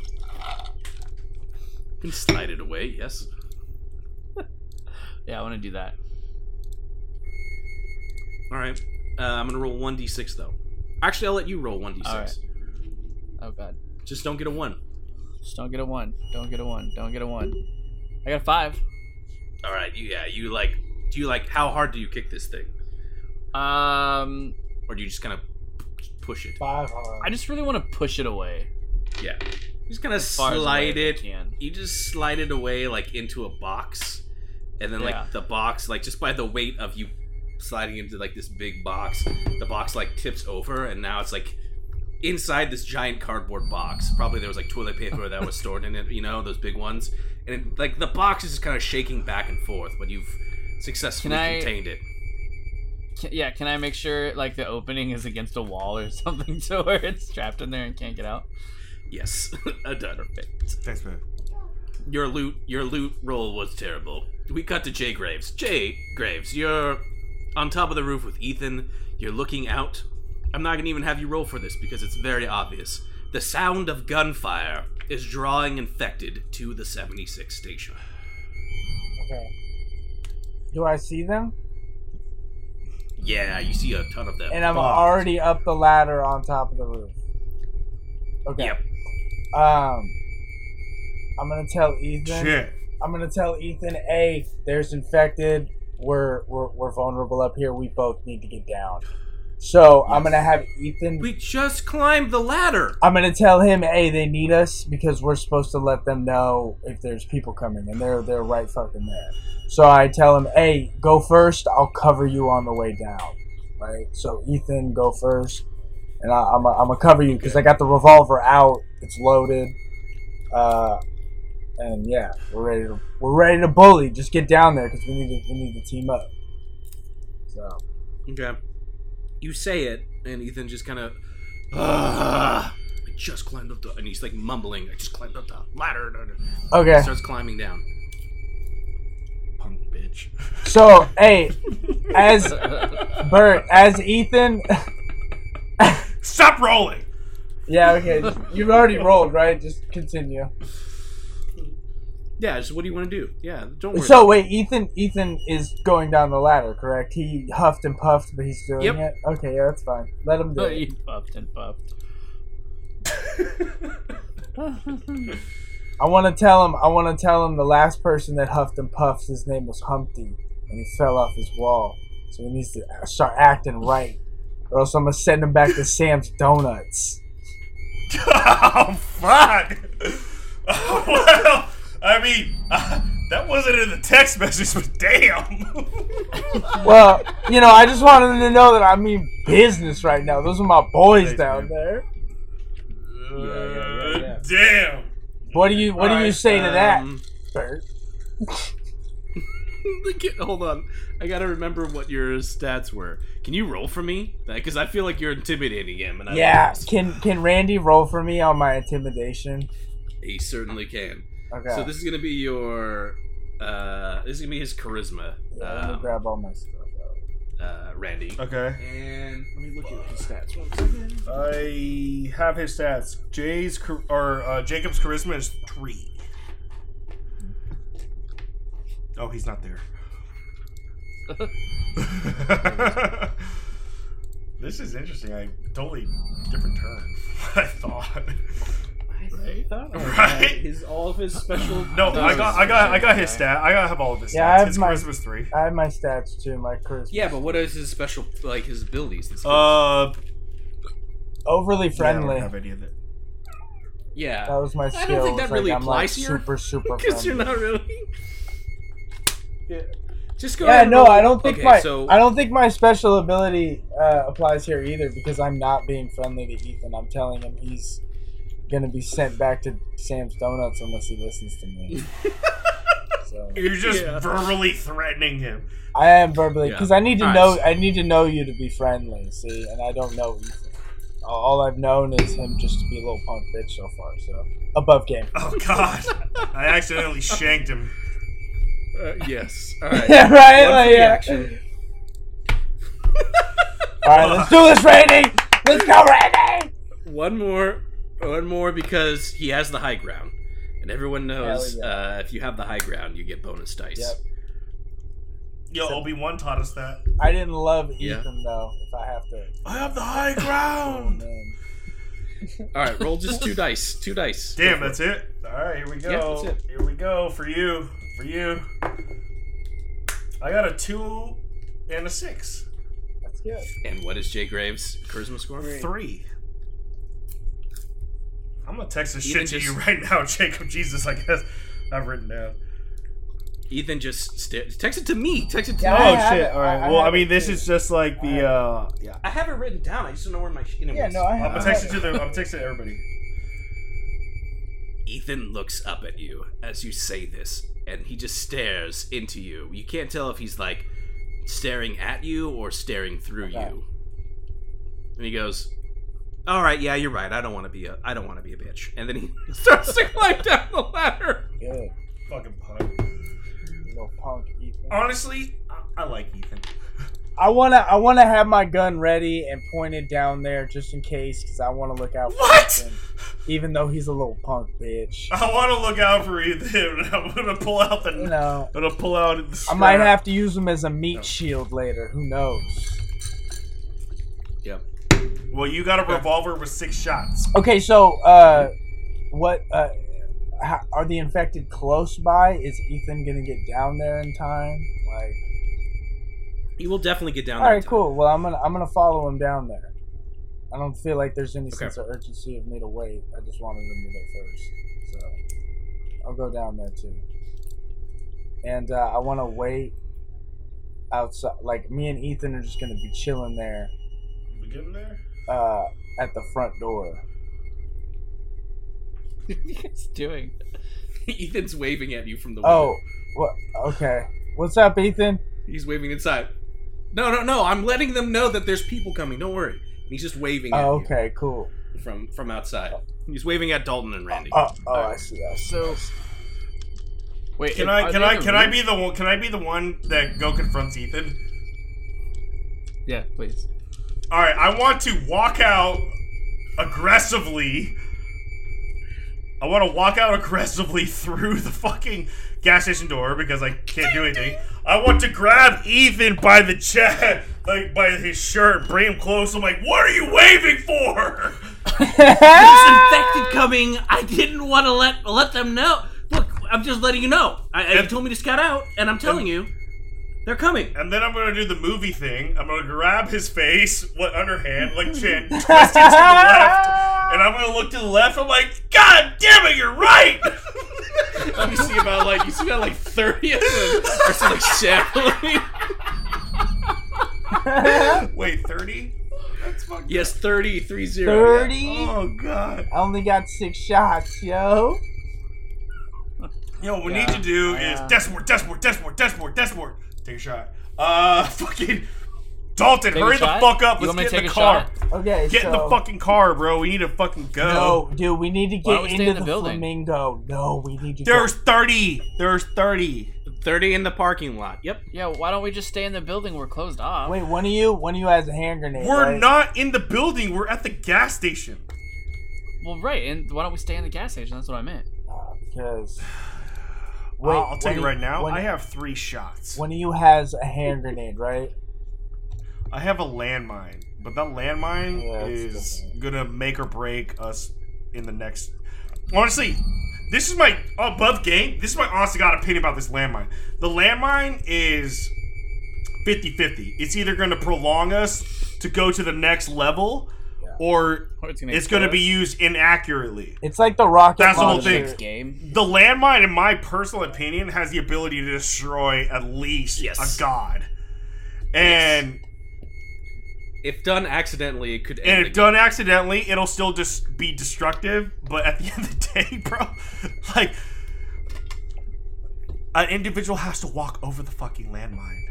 You can slide it away. Yes. yeah, I want to do that. All right. Uh, I'm gonna roll one d6 though. Actually, I'll let you roll one d6. Alright. Oh god. Just don't get a one. Just don't get a one. Don't get a one. Don't get a one. I got a five. All right. You, yeah. You like? Do you like? How hard do you kick this thing, Um. or do you just kind of push it? Five hard. I just really want to push it away. Yeah. You just kind of as far as away slide as I it. Can. You just slide it away like into a box, and then Yeah. like the box, like just by the weight of you sliding into like this big box, the box like tips over, and now it's like inside this giant cardboard box. Probably there was like toilet paper that was stored in it. You know those big ones, and it, like the box is just kind of shaking back and forth, but you've successfully Can I- contained it. Can- yeah. Can I make sure like the opening is against a wall or *laughs* something to where it's trapped in there and can't get out? *laughs* Yes, *laughs* a done. Thanks, man. Your loot, your loot roll was terrible. We cut to Jay Graves. Jay Graves, you're on top of the roof with Ethan. You're looking out. I'm not gonna even have you roll for this because it's very obvious. The sound of gunfire is drawing infected to the 76 station. Okay. Do I see them? Yeah, you see a ton of them. And I'm Fuck. already up the ladder on top of the roof. Okay. Yep. Um, I'm gonna tell Ethan. Shit. I'm gonna tell Ethan. Hey, there's infected. We're we're, we're vulnerable up here. We both need to get down. So I'm gonna have Ethan. We just climbed the ladder. I'm gonna tell him, hey, they need us because we're supposed to let them know if there's people coming, and they're they're right fucking there. So I tell him, hey, go first. I'll cover you on the way down, right? So Ethan, go first, and I, I'm i I'm gonna cover you because I got the revolver out. It's loaded, uh, and yeah, we're ready to we're ready to bully. Just get down there because we need to we need to team up. So Okay. You say it, and Ethan just kind of. I just climbed up the. And he's like mumbling, I just climbed up the ladder. okay. Starts climbing down. Punk bitch. So, hey, as Bert, as Ethan, Stop rolling! *laughs* yeah, okay, you've already rolled, right? Just continue. Yeah, just what do you want to do? Yeah, don't worry. So wait, Ethan, Ethan is going down the ladder, correct? He huffed and puffed, but he's doing Yep. it. Okay, yeah, that's fine. Let him do it. you puffed and puffed. *laughs* I want to tell him. I want to tell him the last person that huffed and puffed, his name was Humpty, and he fell off his wall. So he needs to uh, start acting right, or else I'm gonna send him back to Sam's *laughs* Donuts. oh, fuck! *laughs* Oh, well, I mean, *laughs* uh, that wasn't in the text message, but damn! *laughs* Well, you know, I just wanted them to know that I mean business right now. Those are my boys down there. yeah, yeah. Damn! What do you What do you say to that, Um, *laughs* Bert? look at- Hold on, I gotta remember what your stats were. Can you roll for me? Because I feel like you're intimidating him, and I Yeah, lost. can can Randy roll for me on my intimidation? he certainly can. Okay, So this is gonna be your. Uh, this is gonna be his charisma, yeah, let me um, grab all my stuff. uh, Randy. Okay. And let me look at his stats. One second. I have his stats. Jay's char- or uh, Jacob's charisma is three. Oh, he's not there. *laughs* this is interesting. I totally different turn. *laughs* than I thought. I thought I Right? had His all of his special. No, I got, I got, I got his Okay. stat. I got have all of his stats. Yeah, I have his my- charisma's three. I have my stats too. My charisma. Yeah, but what is his special like his abilities? That's- Uh, Yeah, I Overly don't friendly. have any of that. yeah. that was my skill. don't think that It's really *laughs* like, I'm like applies here, super super Because friendly. you're not really. Just go. Yeah, ahead and no, roll. I don't think okay, my So I don't think my special ability uh, applies here either because I'm not being friendly to Ethan. I'm telling him he's gonna be sent back to Sam's Donuts unless he listens to me. *laughs* so You're just Yeah. verbally threatening him. I am verbally because I need to Yeah. know I need to know you to be friendly. See, and I don't know Ethan. All- All I've known is him just to be a little punk bitch so far. So above game. Oh God! I accidentally shanked him. uh, yes. *laughs* All right. Yeah, right. One for Like, the yeah. action. All right, let's do this, Randy. Let's go, Randy. One more, one more because he has the high ground, and everyone knows Hell yeah. uh, if you have the high ground, you get bonus dice. Yep. Yo, Obi Wan taught us that. I didn't love Ethan Yeah. though. If I have to, I have the high oh, ground. man. All right, roll just *laughs* two dice. Two dice. *laughs* Damn, that's it. All right, here we go. Yeah, that's Here we go for you. For you. I got a two and a six. That's good. And what is Jay Graves' charisma score? Three. I'm gonna text this shit Even to you just- right now, *laughs* Jacob. Jesus, I guess I've written down. Ethan just sta- text it to me. Text it to Oh, Yeah, me. I have it. I- I have it too. just like the. uh Yeah. I have it written down. I just don't know where my sh- anyways. Yeah, no, I I'm have. gonna text it to the. I'm texting to everybody. Ethan looks up at you as you say this, and he just stares into you. You can't tell if he's like staring at you or staring through Okay. you. And he goes, "All right, yeah, you're right. I don't want to be a. I don't want to be a bitch." And then he *laughs* starts to climb down the ladder. Good. Fucking punk. Little punk Ethan. Honestly, I, I like Ethan. I wanna, I wanna have my gun ready and pointed down there just in case, because I wanna look out for What? Ethan, even though he's a little punk *laughs* bitch. I want to look out for Ethan. *laughs* I'm gonna pull out the. You know, I'm gonna pull out. The I might strap. have to use him as a meat shield later. Who knows? Yep. Well, you got a revolver with six shots. Okay, so uh, what? Uh, how, are the infected close by? Is Ethan gonna get down there in time? Like, He will definitely get down. all there in right, time. cool. Well, I'm gonna, I'm gonna follow him down there. I don't feel like there's any Okay. sense of urgency of me to wait. I just wanted him to go first, so I'll go down there too. And uh, I want to wait outside. Like me and Ethan are just gonna be chilling there We getting there? uh, at the front door. it's doing. *laughs* Ethan's waving at you from the. Oh, window. what? Okay. What's up, Ethan? he's waving inside. No, no, no! I'm letting them know that there's people coming. Don't worry. And he's just waving. at Oh, you. okay, cool. from from outside. He's waving at Dalton and Randy. Oh, oh, I see. I see. So wait, Can are I? they Can in I? the Can I room? be the one? Can I be the one that go confronts Ethan? Yeah, please. All right, I want to walk out aggressively. I want to walk out aggressively *laughs* through the fucking gas station door because I can't do anything. I want to grab Ethan by the *laughs* chest, like by his shirt, bring him close. I'm like, what are you waving for? *laughs* Disinfected coming. I didn't want to let let them know. Look, I'm just letting you know. I, I you told me to scout out, and I'm telling you, they're coming. And then I'm gonna do the movie thing. I'm gonna grab his face, what underhand, *laughs* like chin, twist it to the left, and I'm gonna look to the left. I'm like, God damn it, you're right. Let me see about like you see about like thirty of them are still like shambling. *laughs* *laughs* Wait, thirty? That's fucking. Yes, 30, 30. Thirty. Oh god. I only got six shots, yo. Yo, what we Yeah. Oh, need to do Yeah. is Desmort, Desmort, Desmort, Desmort, Desmort. Take a shot. Uh, *laughs* fucking Dalton, Take a hurry the shot? fuck up. You Let's want me get to in take the a car. shot? Okay, Get so, in the fucking car, bro. We need to fucking go. No, dude, we need to Why don't get we stay into in the the building? flamingo. No, we need to. There's thirty. There's thirty. Thirty in the parking lot. Yep. Yeah, why don't we just stay in the building? We're closed go. off. Wait, one of you, one of you has a hand grenade. We're right? not in the building. We're at the gas station. Well, right, and why don't we stay in the gas station? That's what I meant. Uh, because. Well, I'll tell one you of right now. One, I have three shots. one of you has a hand grenade, right? I have a landmine, but that landmine Yeah, that's is different. gonna make or break us in the next. Honestly, this is my above game. This is my honest to god opinion about this landmine. The landmine is 50 50. It's either gonna prolong us to go to the next level, Yeah. or Or it's gonna, it's going to be explode. used inaccurately. It's like the rocket. That's the whole launcher. thing. This game. The landmine, in my personal opinion, has the ability to destroy at least Yes. a god. And If done accidentally, it could end. and the if done accidentally, it'll still just be destructive. But at the *laughs* end of the day, bro, like an individual has to walk over the fucking landmine,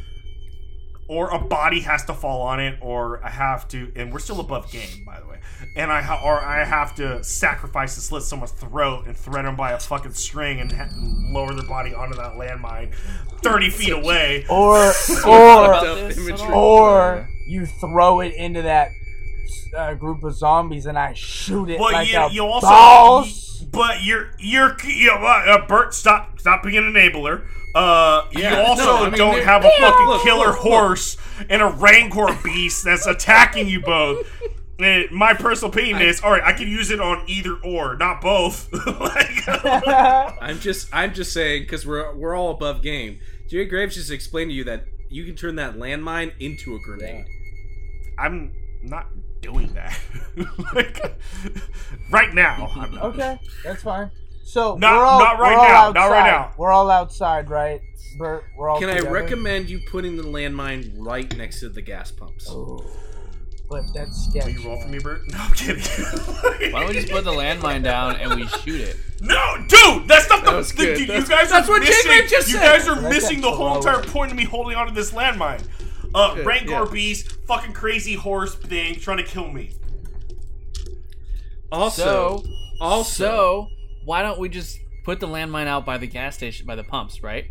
*laughs* or a body has to fall on it, or I have to. And we're still above game, by the way. And I ha- or I have to sacrifice to slit someone's throat and thread them by a fucking string and, ha- and lower their body onto that landmine, thirty feet away. *laughs* Or about or Fucked up this at imagery. all? or you throw it into that uh, group of zombies and I shoot it Well, like you, a you also, boss. you- but you're you're you know, what, uh, Bert. Stop stop being an enabler. Uh, Yeah, you no, also I mean, don't they're- have a fucking look, killer look, look. horse and a rancor beast that's attacking you both. Eh, my personal opinion is, all right, I can use it on either or, not both. *laughs* *laughs* like, I'm just I'm just saying because we're we're all above game. Jay Graves just explained to you that you can turn that landmine into a grenade. I'm not doing that. *laughs* like, right now, I'm not. okay, that's fine. So Not- we're all, not right we're all now, outside. not right now. We're all outside, right? Bert, we're all. Can I together? recommend you putting the landmine right next to the gas pumps? Ooh, but that's sketchy. Will you roll for me, Bert? No, I'm kidding. *laughs* Why don't we just put the landmine down and we shoot it? No, dude, that's not the. was the- good. dude, you That's- guys that's are what missing. Jake just you said. guys are That's missing the whole actually entire lower. point of me holding onto this landmine. Uh, Rancor yeah. beast, fucking crazy horse thing trying to kill me. Also, so, also, so why don't we just put the landmine out by the gas station by the pumps, right?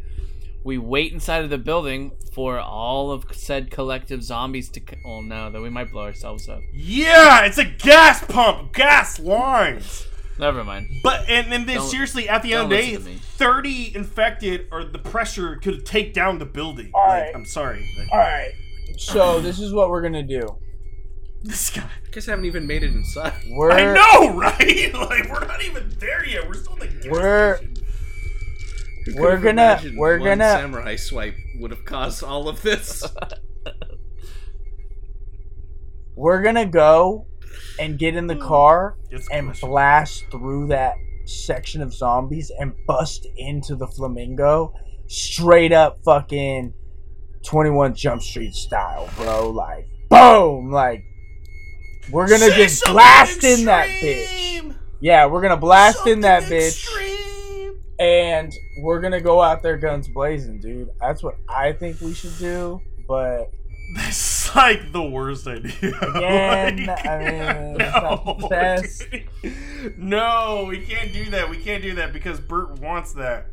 We wait inside of the building for all of said collective zombies to. c- Oh no, then we might blow ourselves up. Yeah, it's a gas pump, gas lines. Never mind. *laughs* But and, and then Don't- seriously, at the end of the don't day, listen to me. thirty infected or the pressure could take down the building. All Like, right. I'm sorry. Like, All right. So this is what we're gonna do. This guy. you guys haven't even made it inside. *laughs* We're I know, *laughs* right? Like we're not even there yet. We're still in the gas We're- station. Who We're could've gonna- imagined we're one gonna- samurai swipe would have caused all of *laughs* this. we're gonna go and get in the car It's and crushing. blast through that section of zombies and bust into the flamingo straight up fucking 21 jump street style bro like boom like we're gonna Say just something blast in that bitch extreme! yeah we're gonna blast in that Something bitch extreme! and we're gonna go out there guns blazing dude that's what i think we should do but That's like the worst idea. *laughs* Again, Like, *laughs* I no, mean, it's not the best. dude. no, we can't do that. We can't do that because Bert wants that.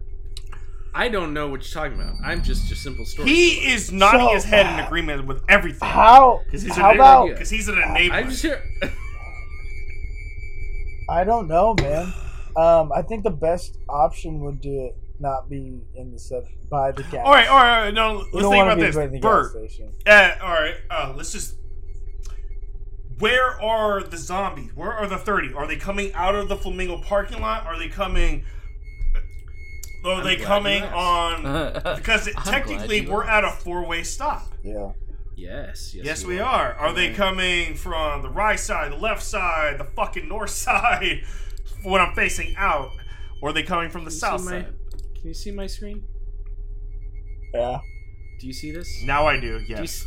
I don't know what you're talking about. I'm just a simple story. He is nodding So- his head in agreement with everything. how Because he's, how an about enabler. 'Cause he's an enabler. I'm just here. *laughs* I don't know, man. Um, I think the best option would do it not be in the sub by the gas. all right, all right, all right. No, let's We think don't want to about be this. by the gas Bert, station. Uh, all right. Uh, let's just. Where are the zombies? Where are the thirty? Are they coming out of the flamingo parking lot? Are they coming? uh, Are they glad you coming asked. on? Because Uh, I'm glad technically, you we're at asked. a four-way stop. Yeah. Yes, yes, Yes, we are. Are they coming from the right side, the left side, the fucking north *laughs* side, when I'm facing out, or are they coming from the Can you south see my- side? Can you see my screen? Yeah. Do you see this? Now I do. Do you, s- Yes.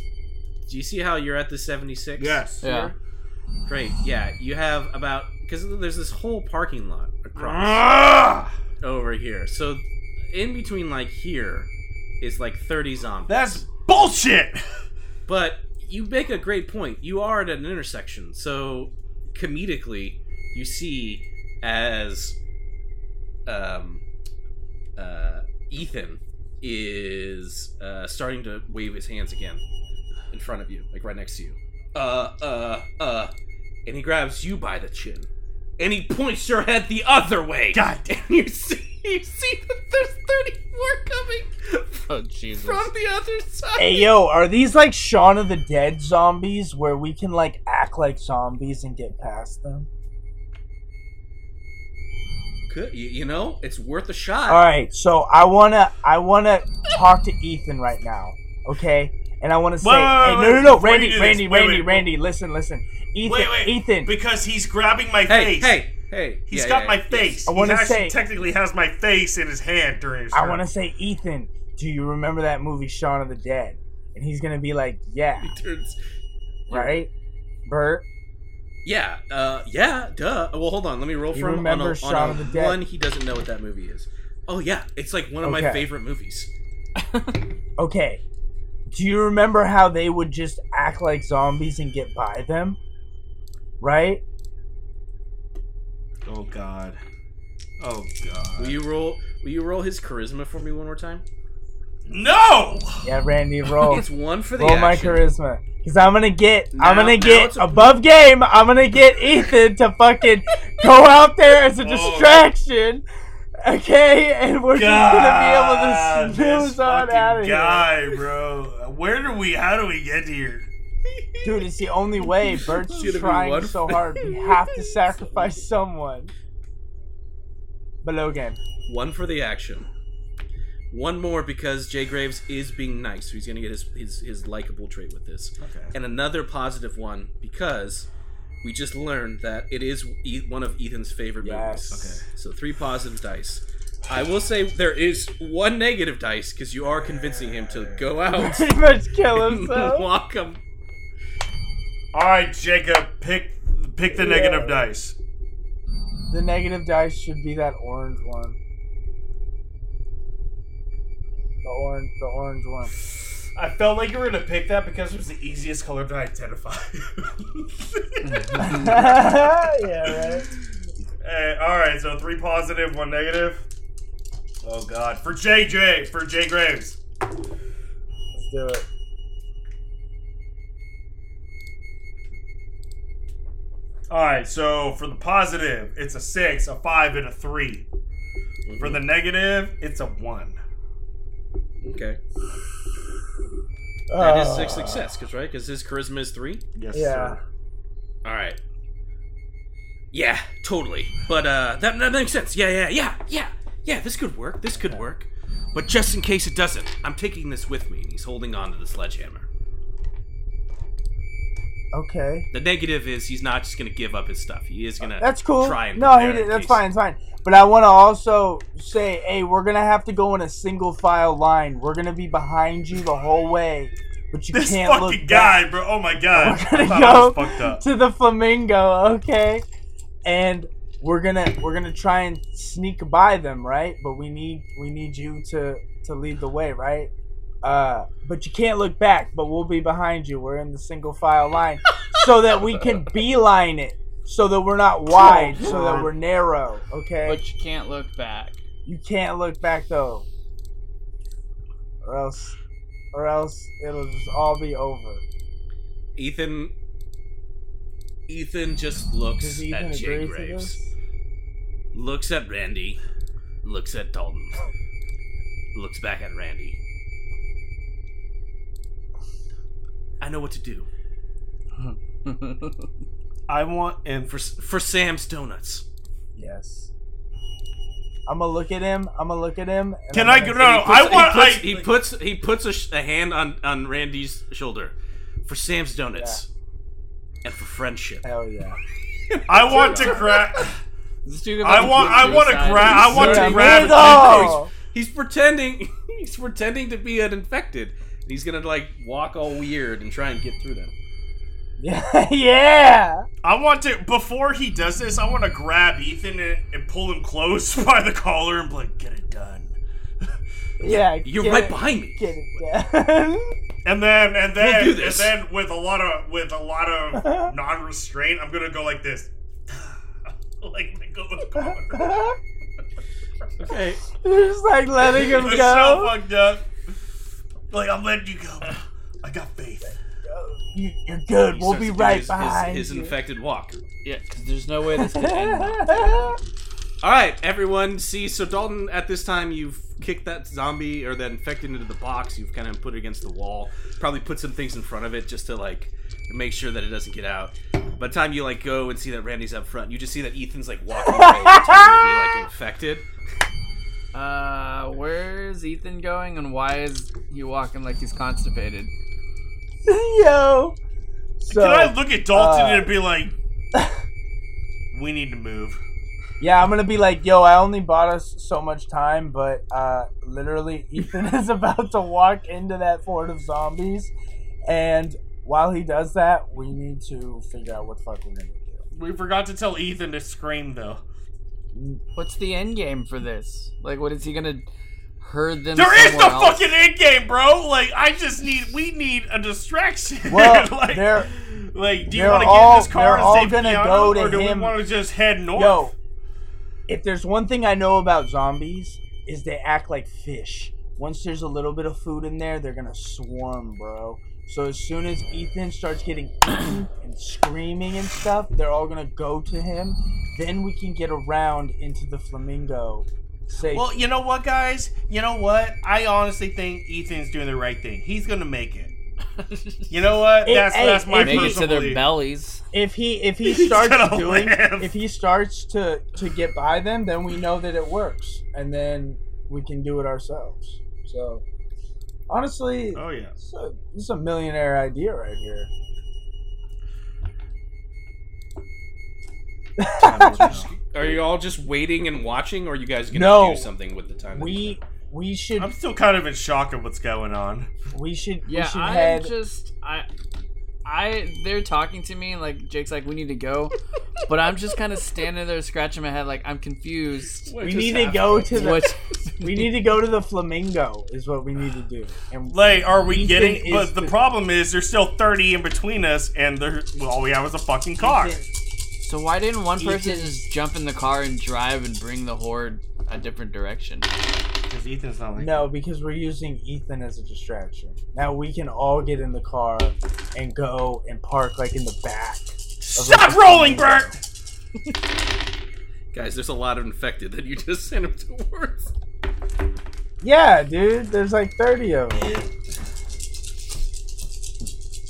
do you see how you're at the 76? Yes. Yeah. Great. Yeah, you have about because there's this whole parking lot across Ah! over here. So in between like here is like 30 zombies. That's bullshit. but you make a great point. You are at an intersection. So comedically, you see as um uh Ethan is uh starting to wave his hands again in front of you, like right next to you. Uh uh uh and he grabs you by the chin. And he points your head the other way. God *laughs* And you see, you see that there's 30 more coming Oh Jesus! from the other side. Hey yo, are these like Shaun of the Dead zombies where we can like act like zombies and get past them? Could you, you know? It's worth a shot. All right. So I wanna I wanna talk to Ethan right now. Okay. and I want to say, Wait, wait, hey, wait, no, no, no, before you Randy, do this, Randy, wait, Randy, wait. Randy, listen, listen, Ethan, Wait, wait. Ethan, Because he's grabbing my Hey, face. hey, hey. He's Yeah, got yeah, my yeah, face. I He wanna actually say- technically has my face in his hand during his I turn. want to say, Ethan, do you remember that movie Shaun of the Dead? And he's gonna be like, yeah, yes. *laughs* Turns- right, Bert. Yeah, uh, yeah, duh. Well, hold on. Let me roll You for him on remember a, on Shaun a of the Dead? one he doesn't know what that movie is. Oh yeah, it's like one of my Okay. favorite movies. Okay, do you remember how they would just act like zombies and get by them, right? Oh god. Oh god. Will you roll? Will you roll his charisma for me one more time? No! Yeah, Randy, roll. It's one for the Oh. Roll my action. charisma. Cause I'm gonna get, I'm Now- gonna now get it's a- above game. I'm gonna get Ethan to fucking go out there as a Oh. distraction, okay? And we're God, just gonna be able to this snooze on fucking out of here, guy, bro. Where do we? How do we get here? dude. It's the only way. Bert's It's gonna be trying one- so hard. We have to sacrifice someone. Below game. *laughs* One for the action. One more because Jay Graves is being nice, so he's gonna get his his, his likable trait with this. Okay. And another positive one because we just learned that it is e- one of Ethan's favorite movies. Yes. So three positive dice. I will say there is one negative dice because you are convincing him to go *laughs* out Pretty much *laughs* kill and himself. walk him. All right, Jacob, pick pick the negative dice. the negative dice should be that orange one. The orange, the orange one. I felt like you were gonna pick that because it was the easiest color to *laughs* identify. *laughs* yeah, right. Hey, Uh, all right, so three positive, one negative. Oh God, for JJ, for Jay Graves. Let's do it. All right, so for the positive, it's a six, a five, and a three. For the negative, it's a one. Okay, that is six Uh, success, cause right, cause his charisma is three. Yes, Yeah. sir. All right. Yeah, totally. But uh, that, that makes sense. Yeah, yeah, yeah, yeah, yeah. This could work. This could work. But just in case it doesn't, I'm taking this with me. And he's holding on to the sledgehammer. Okay. The negative is he's not just gonna give up his stuff. He is gonna. That's cool. Try and no, he prepare did. in That's case. fine. It's fine. But I want to also say, hey, we're gonna have to go in a single file line. We're gonna be behind you the whole way, but *laughs* you This can't look fucking back guy, bro. Oh my God, *laughs* We're gonna I thought I was go fucked up. to the flamingo. Okay. And we're gonna we're gonna try and sneak by them, right? But we need we need you to to lead the way, right? Uh, but you can't look back. But we'll be behind you. We're in the single *laughs* file line, so that we can beeline it, so that we're not wide, Oh, so that we're narrow. Okay. But you can't look back. *laughs* You can't look back though, or else, or else it'll just all be over. Ethan. Ethan just looks Does at Ethan agree Jay to Graves, this? looks at Randy, looks at Dalton, looks back at Randy. I know what to do. I want and for for Sam's donuts. Yes. I'm gonna look at him. I'm gonna look at him. and Can I'm I gonna go? say- No, no, I want. he puts, he I- puts he puts a, sh- a hand on on Randy's shoulder for Sam's donuts and for friendship. Hell yeah. I want to grab. This dude I want- I wanna grab- I want to Yeah, grab- middle! I He's pretending *laughs* he's pretending to be an infected. And he's gonna like walk all weird and try and get through them. Yeah, *laughs* yeah. I want to before he does this. I want to grab Ethan and, and pull him close *laughs* by the collar and be like, "Get it done." Yeah. You're get right it- behind me. Get it down. And then and then We'll do this. and then with a lot of with a lot *laughs* of non-restraint, I'm gonna go like this. *laughs* like like go *laughs* with the collar. Okay. *laughs* You're just like letting him It's so go. fucked up. Like I'm letting you go. I got faith. You, you're good. we'll be right his, behind his, his you. infected walk. Yeah, 'cause there's no way this could *laughs* end. now. uh, All right, everyone. See, so Dalton, at this time, you've kicked that zombie or that infected into the box. You've kind of put it against the wall. Probably put some things in front of it just to like make sure that it doesn't get out. By the time you like go and see that Randy's up front, you just see that Ethan's like walking away, pretending to be *laughs* like infected. Uh, where's Ethan going, and why is he walking like he's constipated? Yo. So Can I look at Dalton uh, and be *laughs* like, we need to move? yeah, I'm gonna be like, yo, I only bought us so much time, but uh, literally *laughs* Ethan is about to walk into that fort of zombies, and while he does that, we need to figure out what the fuck we're gonna *laughs* do. We forgot to tell Ethan to scream though. What's the end game for this? Like, what is he gonna herd them? There is no somewhere else? fucking end game, bro. Like I just need, we need a distraction. Well, *laughs* like, they're like, do you they're want to get in all- this car they're all and save gonna Keanu, go to or do him. we want to just head north? Yo, if there's one thing I know about zombies, is they act like fish. Once there's a little bit of food in there, they're gonna swarm, bro. So as soon as Ethan starts getting *clears throat* eaten and screaming and stuff, they're all gonna go to him. Then we can get around into the flamingo. Safe. Well, you know what, guys? You know what? I honestly think Ethan's doing the right thing. He's gonna make it. You know what? It- That's hey, that's my it- Make it personal to their belief. bellies. if he if he *laughs* He's starts gonna doing live. if he starts to to get by them, then we know that it works, and then we can do it ourselves. So honestly, Oh *laughs* yeah. This is a, this is a millionaire idea right here. Are you all just waiting and watching, or are you guys gonna No. do something with the time? that you We have? we should I'm still kind of in shock of what's going on. we should we Yeah, should I'm head. just I. I they're talking to me like Jake's like we need to *laughs* go, but I'm just kind of standing there scratching my head like I'm confused. What we just need to happened? go to the What? we need to go to the flamingo is what we need to do. And Like, are we Ethan getting? is But the the- problem is, there's still 30 in between us, and there well, all we have is a fucking car. So why didn't *laughs* one person Ethan- just jump in the car and drive and bring the horde a different direction? Because Ethan's not like no, because we're using Ethan as a distraction. Now we can all get in the car and go and park like in the back. Stop rolling, Bert. guys, there's a lot of infected that you just *laughs* sent him towards. Yeah, dude, there's like 30 of them.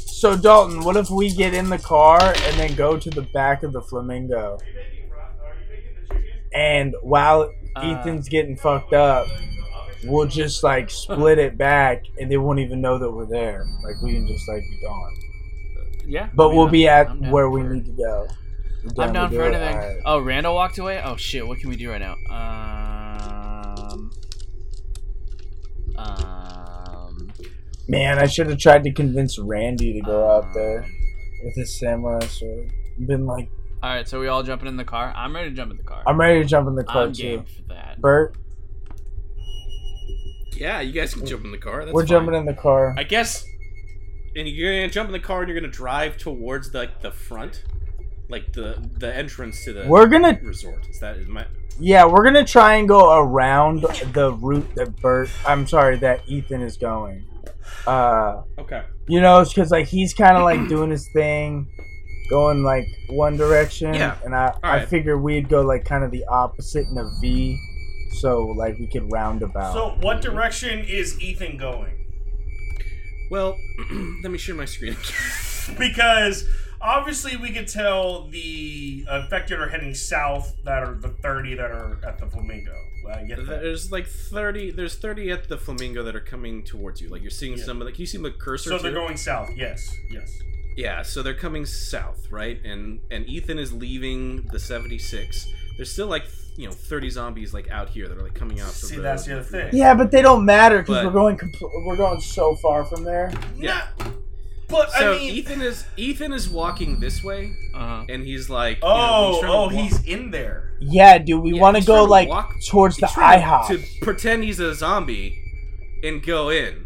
So Dalton, what if we get in the car and then go to the back of the flamingo? And while Uh, Ethan's getting fucked up, we'll *laughs* just like split it back and they won't even know that we're there. Like we can just like be gone. Yeah, But I mean, we'll I'm- be at I'm down where we for- need to go. You I'm down to for do it? anything. Alright. Oh, Randall walked away. Oh shit! What can we do right now? Um. Um. Man, I should have tried to convince Randy to go out there um, with his samurai sword. Been like All right, so we all jumping in the car. I'm ready to jump in the car. I'm ready to jump in the car I'm too. game for that. Bert, Yeah, you guys can jump in the car. That's we're fine. jumping in the car. I guess. And you're gonna jump in the car and you're gonna drive towards the, like the front, like the the entrance to the We're gonna resort. Is that is my? yeah, we're gonna try and go around the route that Bert I'm sorry, that Ethan is going. Uh Okay. you know, it's cause like he's kinda *clears throat* like doing his thing, going like one direction. Yeah. And I I Alright. figure we'd go like kind of the opposite in a V so like we could roundabout. So, what direction is Ethan going? Well, *clears throat* let me share my screen. Because obviously, we could tell the infected are heading south. That are the 30 that are at the flamingo. I get that. *laughs* There's like thirty. There's thirty at the flamingo that are coming towards you. Like you're seeing Yeah. some of the. Can you see the cursor? So they're too? going south. Yes. Yes. Yeah, so they're coming south, right? And and Ethan is leaving the 76. There's still like you know 30 zombies like out here that are like coming out. See, the, that's the other thing. yeah, but they don't matter because But- we're going compl- we're going so far from there. Yeah. Nah, But So I mean, Ethan is Ethan is walking this way, Uh-huh. and he's like, you know, oh, trying to oh, walk- he's in there. Yeah, dude, we Yeah, want to he's go trying to like walk- towards the he's trying to- IHOP. to pretend he's a zombie and go in.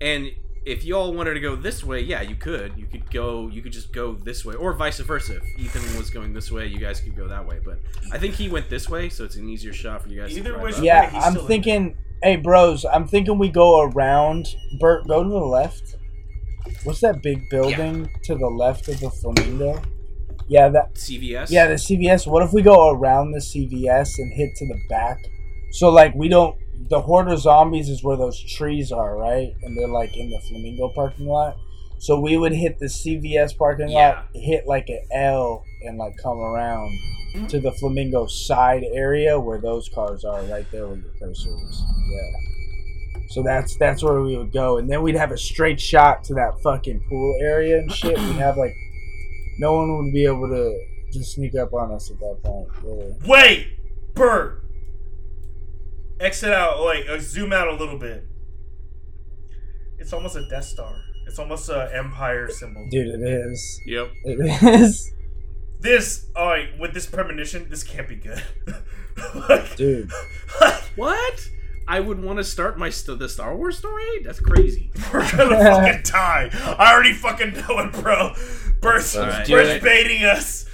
And if y'all wanted to go this way, yeah, you could. You could go. You could just go this way, or vice versa. If Ethan was going this way, you guys could go that way. But I think he went this way, so it's an easier shot for you guys. Either to drive which- up. Yeah, He's I'm still in thinking. Hey, bros, I'm thinking we go around. Bert, go to the left. What's that big building to the left of the flamingo? Yeah, that. CVS. Yeah, the CVS. What if we go around the CVS and hit to the back? So like we don't. The horde of zombies is where those trees are, right? And they're like in the flamingo parking lot. So we would hit the CVS parking lot, hit like an L, and like come around to the flamingo side area where those cars are, right there where your cursor is. Yeah. So that's that's where we would go, and then we'd have a straight shot to that fucking pool area and shit. We'd have like no one would be able to just sneak up on us at that point. Really. Wait, Bert. Exit out. Like uh, zoom out a little bit. It's almost a Death Star. It's almost a Empire symbol. Dude, it is. Yep. It is. This, all right, with this premonition, this can't be good. *laughs* like, Dude, like, What? I would want to start my st- the Star Wars story. That's crazy. we're *laughs* gonna fucking die. I already fucking know it, bro. Bert's, All right. Bert's Do it. baiting us.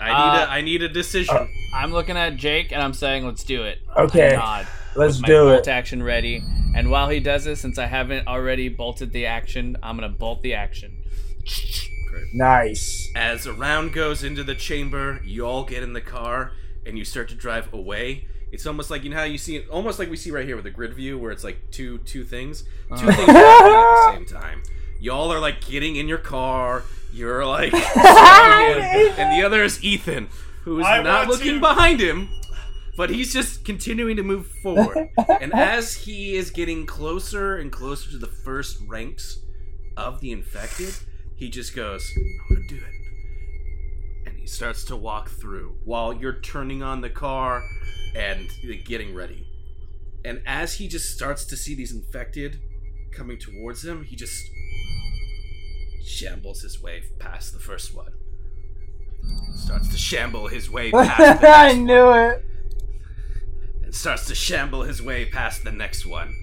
I need Uh, a I need a decision. uh, I'm looking at Jake and I'm saying, let's do it. Okay. Nod. let's My do bolt it. action ready. And while he does this, since I haven't already bolted the action, I'm gonna bolt the action. Nice. As a round goes into the chamber, you all get in the car and you start to drive away. It's almost like you know how you see almost like we see right here with the grid view where it's like two two things. Two things happening at the same time. Y'all are like getting in your car. You're like stepping in, and the other is Ethan, who is I not want looking to- behind him. But he's just continuing to move forward. and as he is getting closer and closer to the first ranks of the infected, he just goes, I'm gonna do it. And he starts to walk through while you're turning on the car and getting ready. And as he just starts to see these infected coming towards him, he just shambles his way past the first one. Starts to shamble his *laughs* way past Ah, the I next knew *laughs* it. *laughs* and starts to shamble his way past the next one.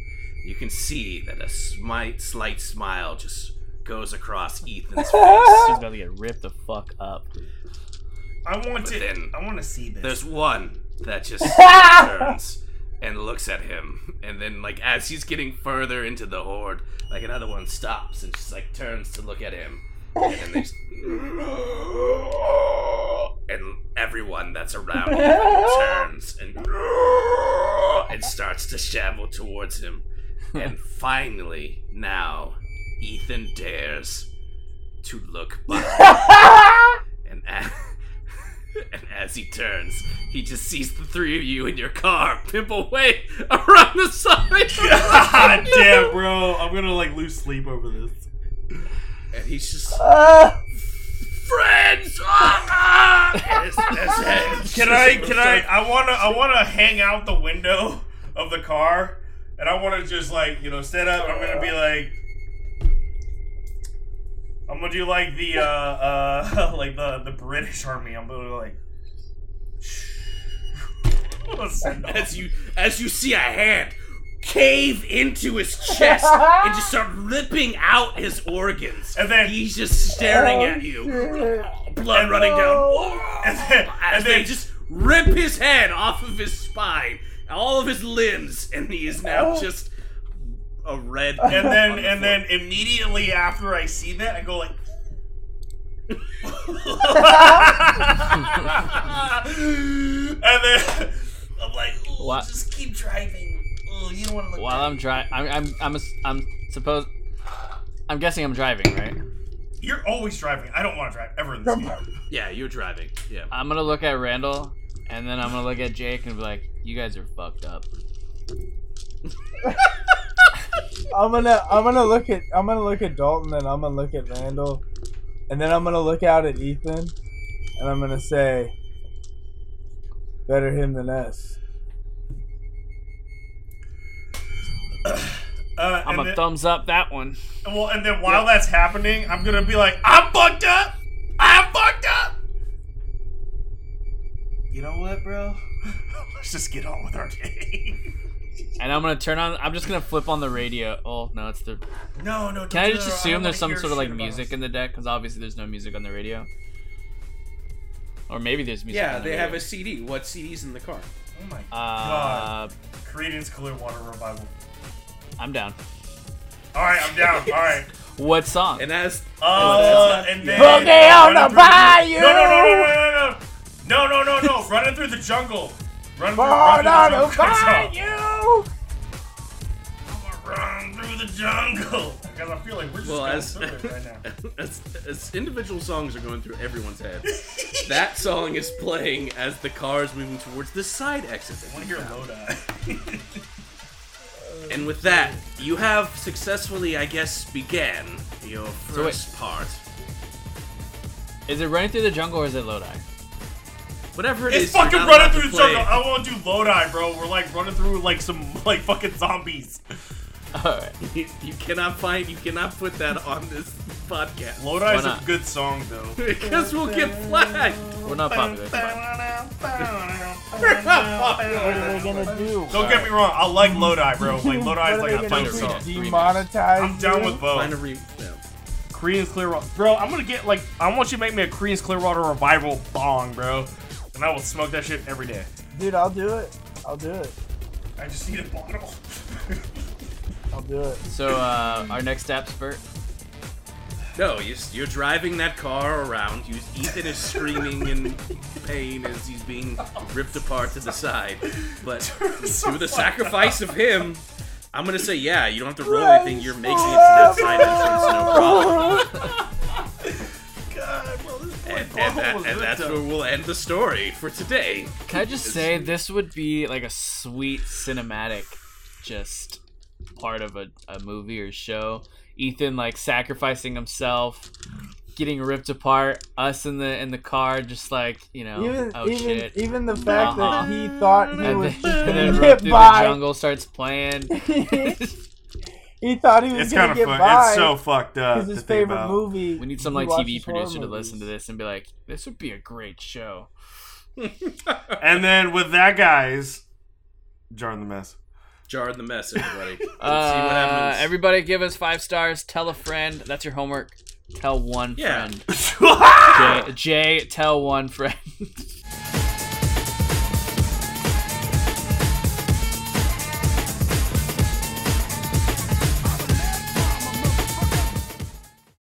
You can see that a slight, slight smile just goes across Ethan's face. He's about to get ripped the fuck up. I want to. Then- I want to see this. *laughs* There's *laughs* one that just turns and looks at him, and then like as he's getting further into the horde, like another one stops and just like turns to look at him, and then there's and everyone that's around him turns and and starts to shamble towards him, and finally now Ethan dares to *laughs* look back, and. a- *laughs* and as he turns, he just sees the three of you in your car pimp away around the side. *laughs* God damn, bro. Bro, I'm gonna like lose sleep over this. And he's just Ah, friends. Ah! And *laughs* his- his head *laughs* Can I? Can I? I wanna. I wanna hang out the window of the car, and I wanna just like you know stand up. I'm gonna be like, I'm gonna do like the uh uh *laughs* like the the British army. I'm gonna be like. *laughs* Listen, as you as you see a hand cave into his chest and just start ripping out his organs. And then- Oh, he's just staring at you, blood running down. and then, as and they then just rip his head off of his spine, all of his limbs, and he is now just a red. Oh. *laughs* *laughs* and then and then immediately after I see that, I go like. "Ah." and then I'm like, "Ooh, Wha- just keep driving. Ooh, you don't want to look. While I'm driving, I'm I'm I'm, as- I'm supposed. I'm guessing I'm driving, right? back." You're always driving. I don't want to drive ever in this game. yeah, you're driving. Yeah, I'm gonna look at Randall, and then I'm gonna look at Jake and be like, "You guys are fucked up." I'm gonna I'm gonna look at I'm gonna look at Dalton and I'm gonna look at Randall, and then I'm gonna look out at Ethan, and I'm gonna say, better him than us. Uh, I'm and a then, thumbs up that one. well, and then while that's happening, I'm gonna be like, I'm fucked up. I'm fucked up. You know what, bro? *laughs* Let's just get on with our *laughs* day. And I'm gonna turn on. I'm just gonna flip on the radio. Oh no, it's the. no, no. Can I just assume there's some sort of like music in the deck? Because obviously there's no music on the radio. Or maybe there's music. yeah. on the They have radio. a CD. What CD's in the car? Oh my god. Uh, Credence Clearwater Revival. I'm down. All right, I'm down. All *laughs* right. What song? And as Uh, and then Boogie on Running the through- No, bayou! no, no, no, no, no, no, no, no, no! Running through the jungle. Running through, Born on running a through the jungle. *laughs* bayou. Run through the jungle. Because I feel like we're just well going as, through it right *laughs* now. as as individual songs are going through everyone's head, *laughs* that song is playing as the car is moving towards the side exit. I want to hear Lodi. And with that, you have successfully, I guess, began your first part. Is it running through the jungle or is it Lodi? *laughs* Whatever it *laughs* It's is, you're fucking not running allowed to through the play. jungle. I want to do Lodi, bro. We're like running through like some *laughs* like fucking zombies. All right. you, you cannot find. You cannot put that on this *laughs* podcast Lodi is Why a not? good song though. because we'll get flagged. We're not popular. Come on. gonna do? Don't get me wrong. I like Lodi, bro. Like Lodi is like a gonna fun do? song. Demonetize. I'm down you? with both. Find a re- no. Koreans Clearwater. Bro, I'm gonna get like I want you to make me a Koreans Clearwater revival bong, bro. And I will smoke that shit every day. dude. I'll do it. I'll do it. I just need a bottle. I'll do it. So uh, our next step, Spurt. No, you- you're driving that car around. You, Ethan is screaming in pain as he's being ripped apart to the side. But through the sacrifice of him, I'm gonna say, yeah, you don't have to roll anything. You're making it to that side entrance, no problem. *laughs* God, bro, this boy And, bong and, that- was and ripped that's up. where we'll end the story for today. Can I just say this would be like a sweet cinematic, just part of a, a movie or show. Ethan like sacrificing himself, getting ripped apart. Us in the in the car, just like you know, Even oh even shit. even the fact Uh-huh. that he thought he and was then, just *laughs* and then *laughs* run gonna get through the by. jungle starts playing. *laughs* he thought he was It's kind gonna of get fun. by. It's so fucked up. It's to his think favorite about. movie. We need some like TV producer to listen to this and be like, this would be a great show. And then with that, guys, jarring the *laughs* mess. Jar in the mess, everybody. Let's see what Uh, happens. everybody, give us five stars. Tell a friend. That's your homework. Tell one Yeah. friend. Jay, Jay, tell one friend.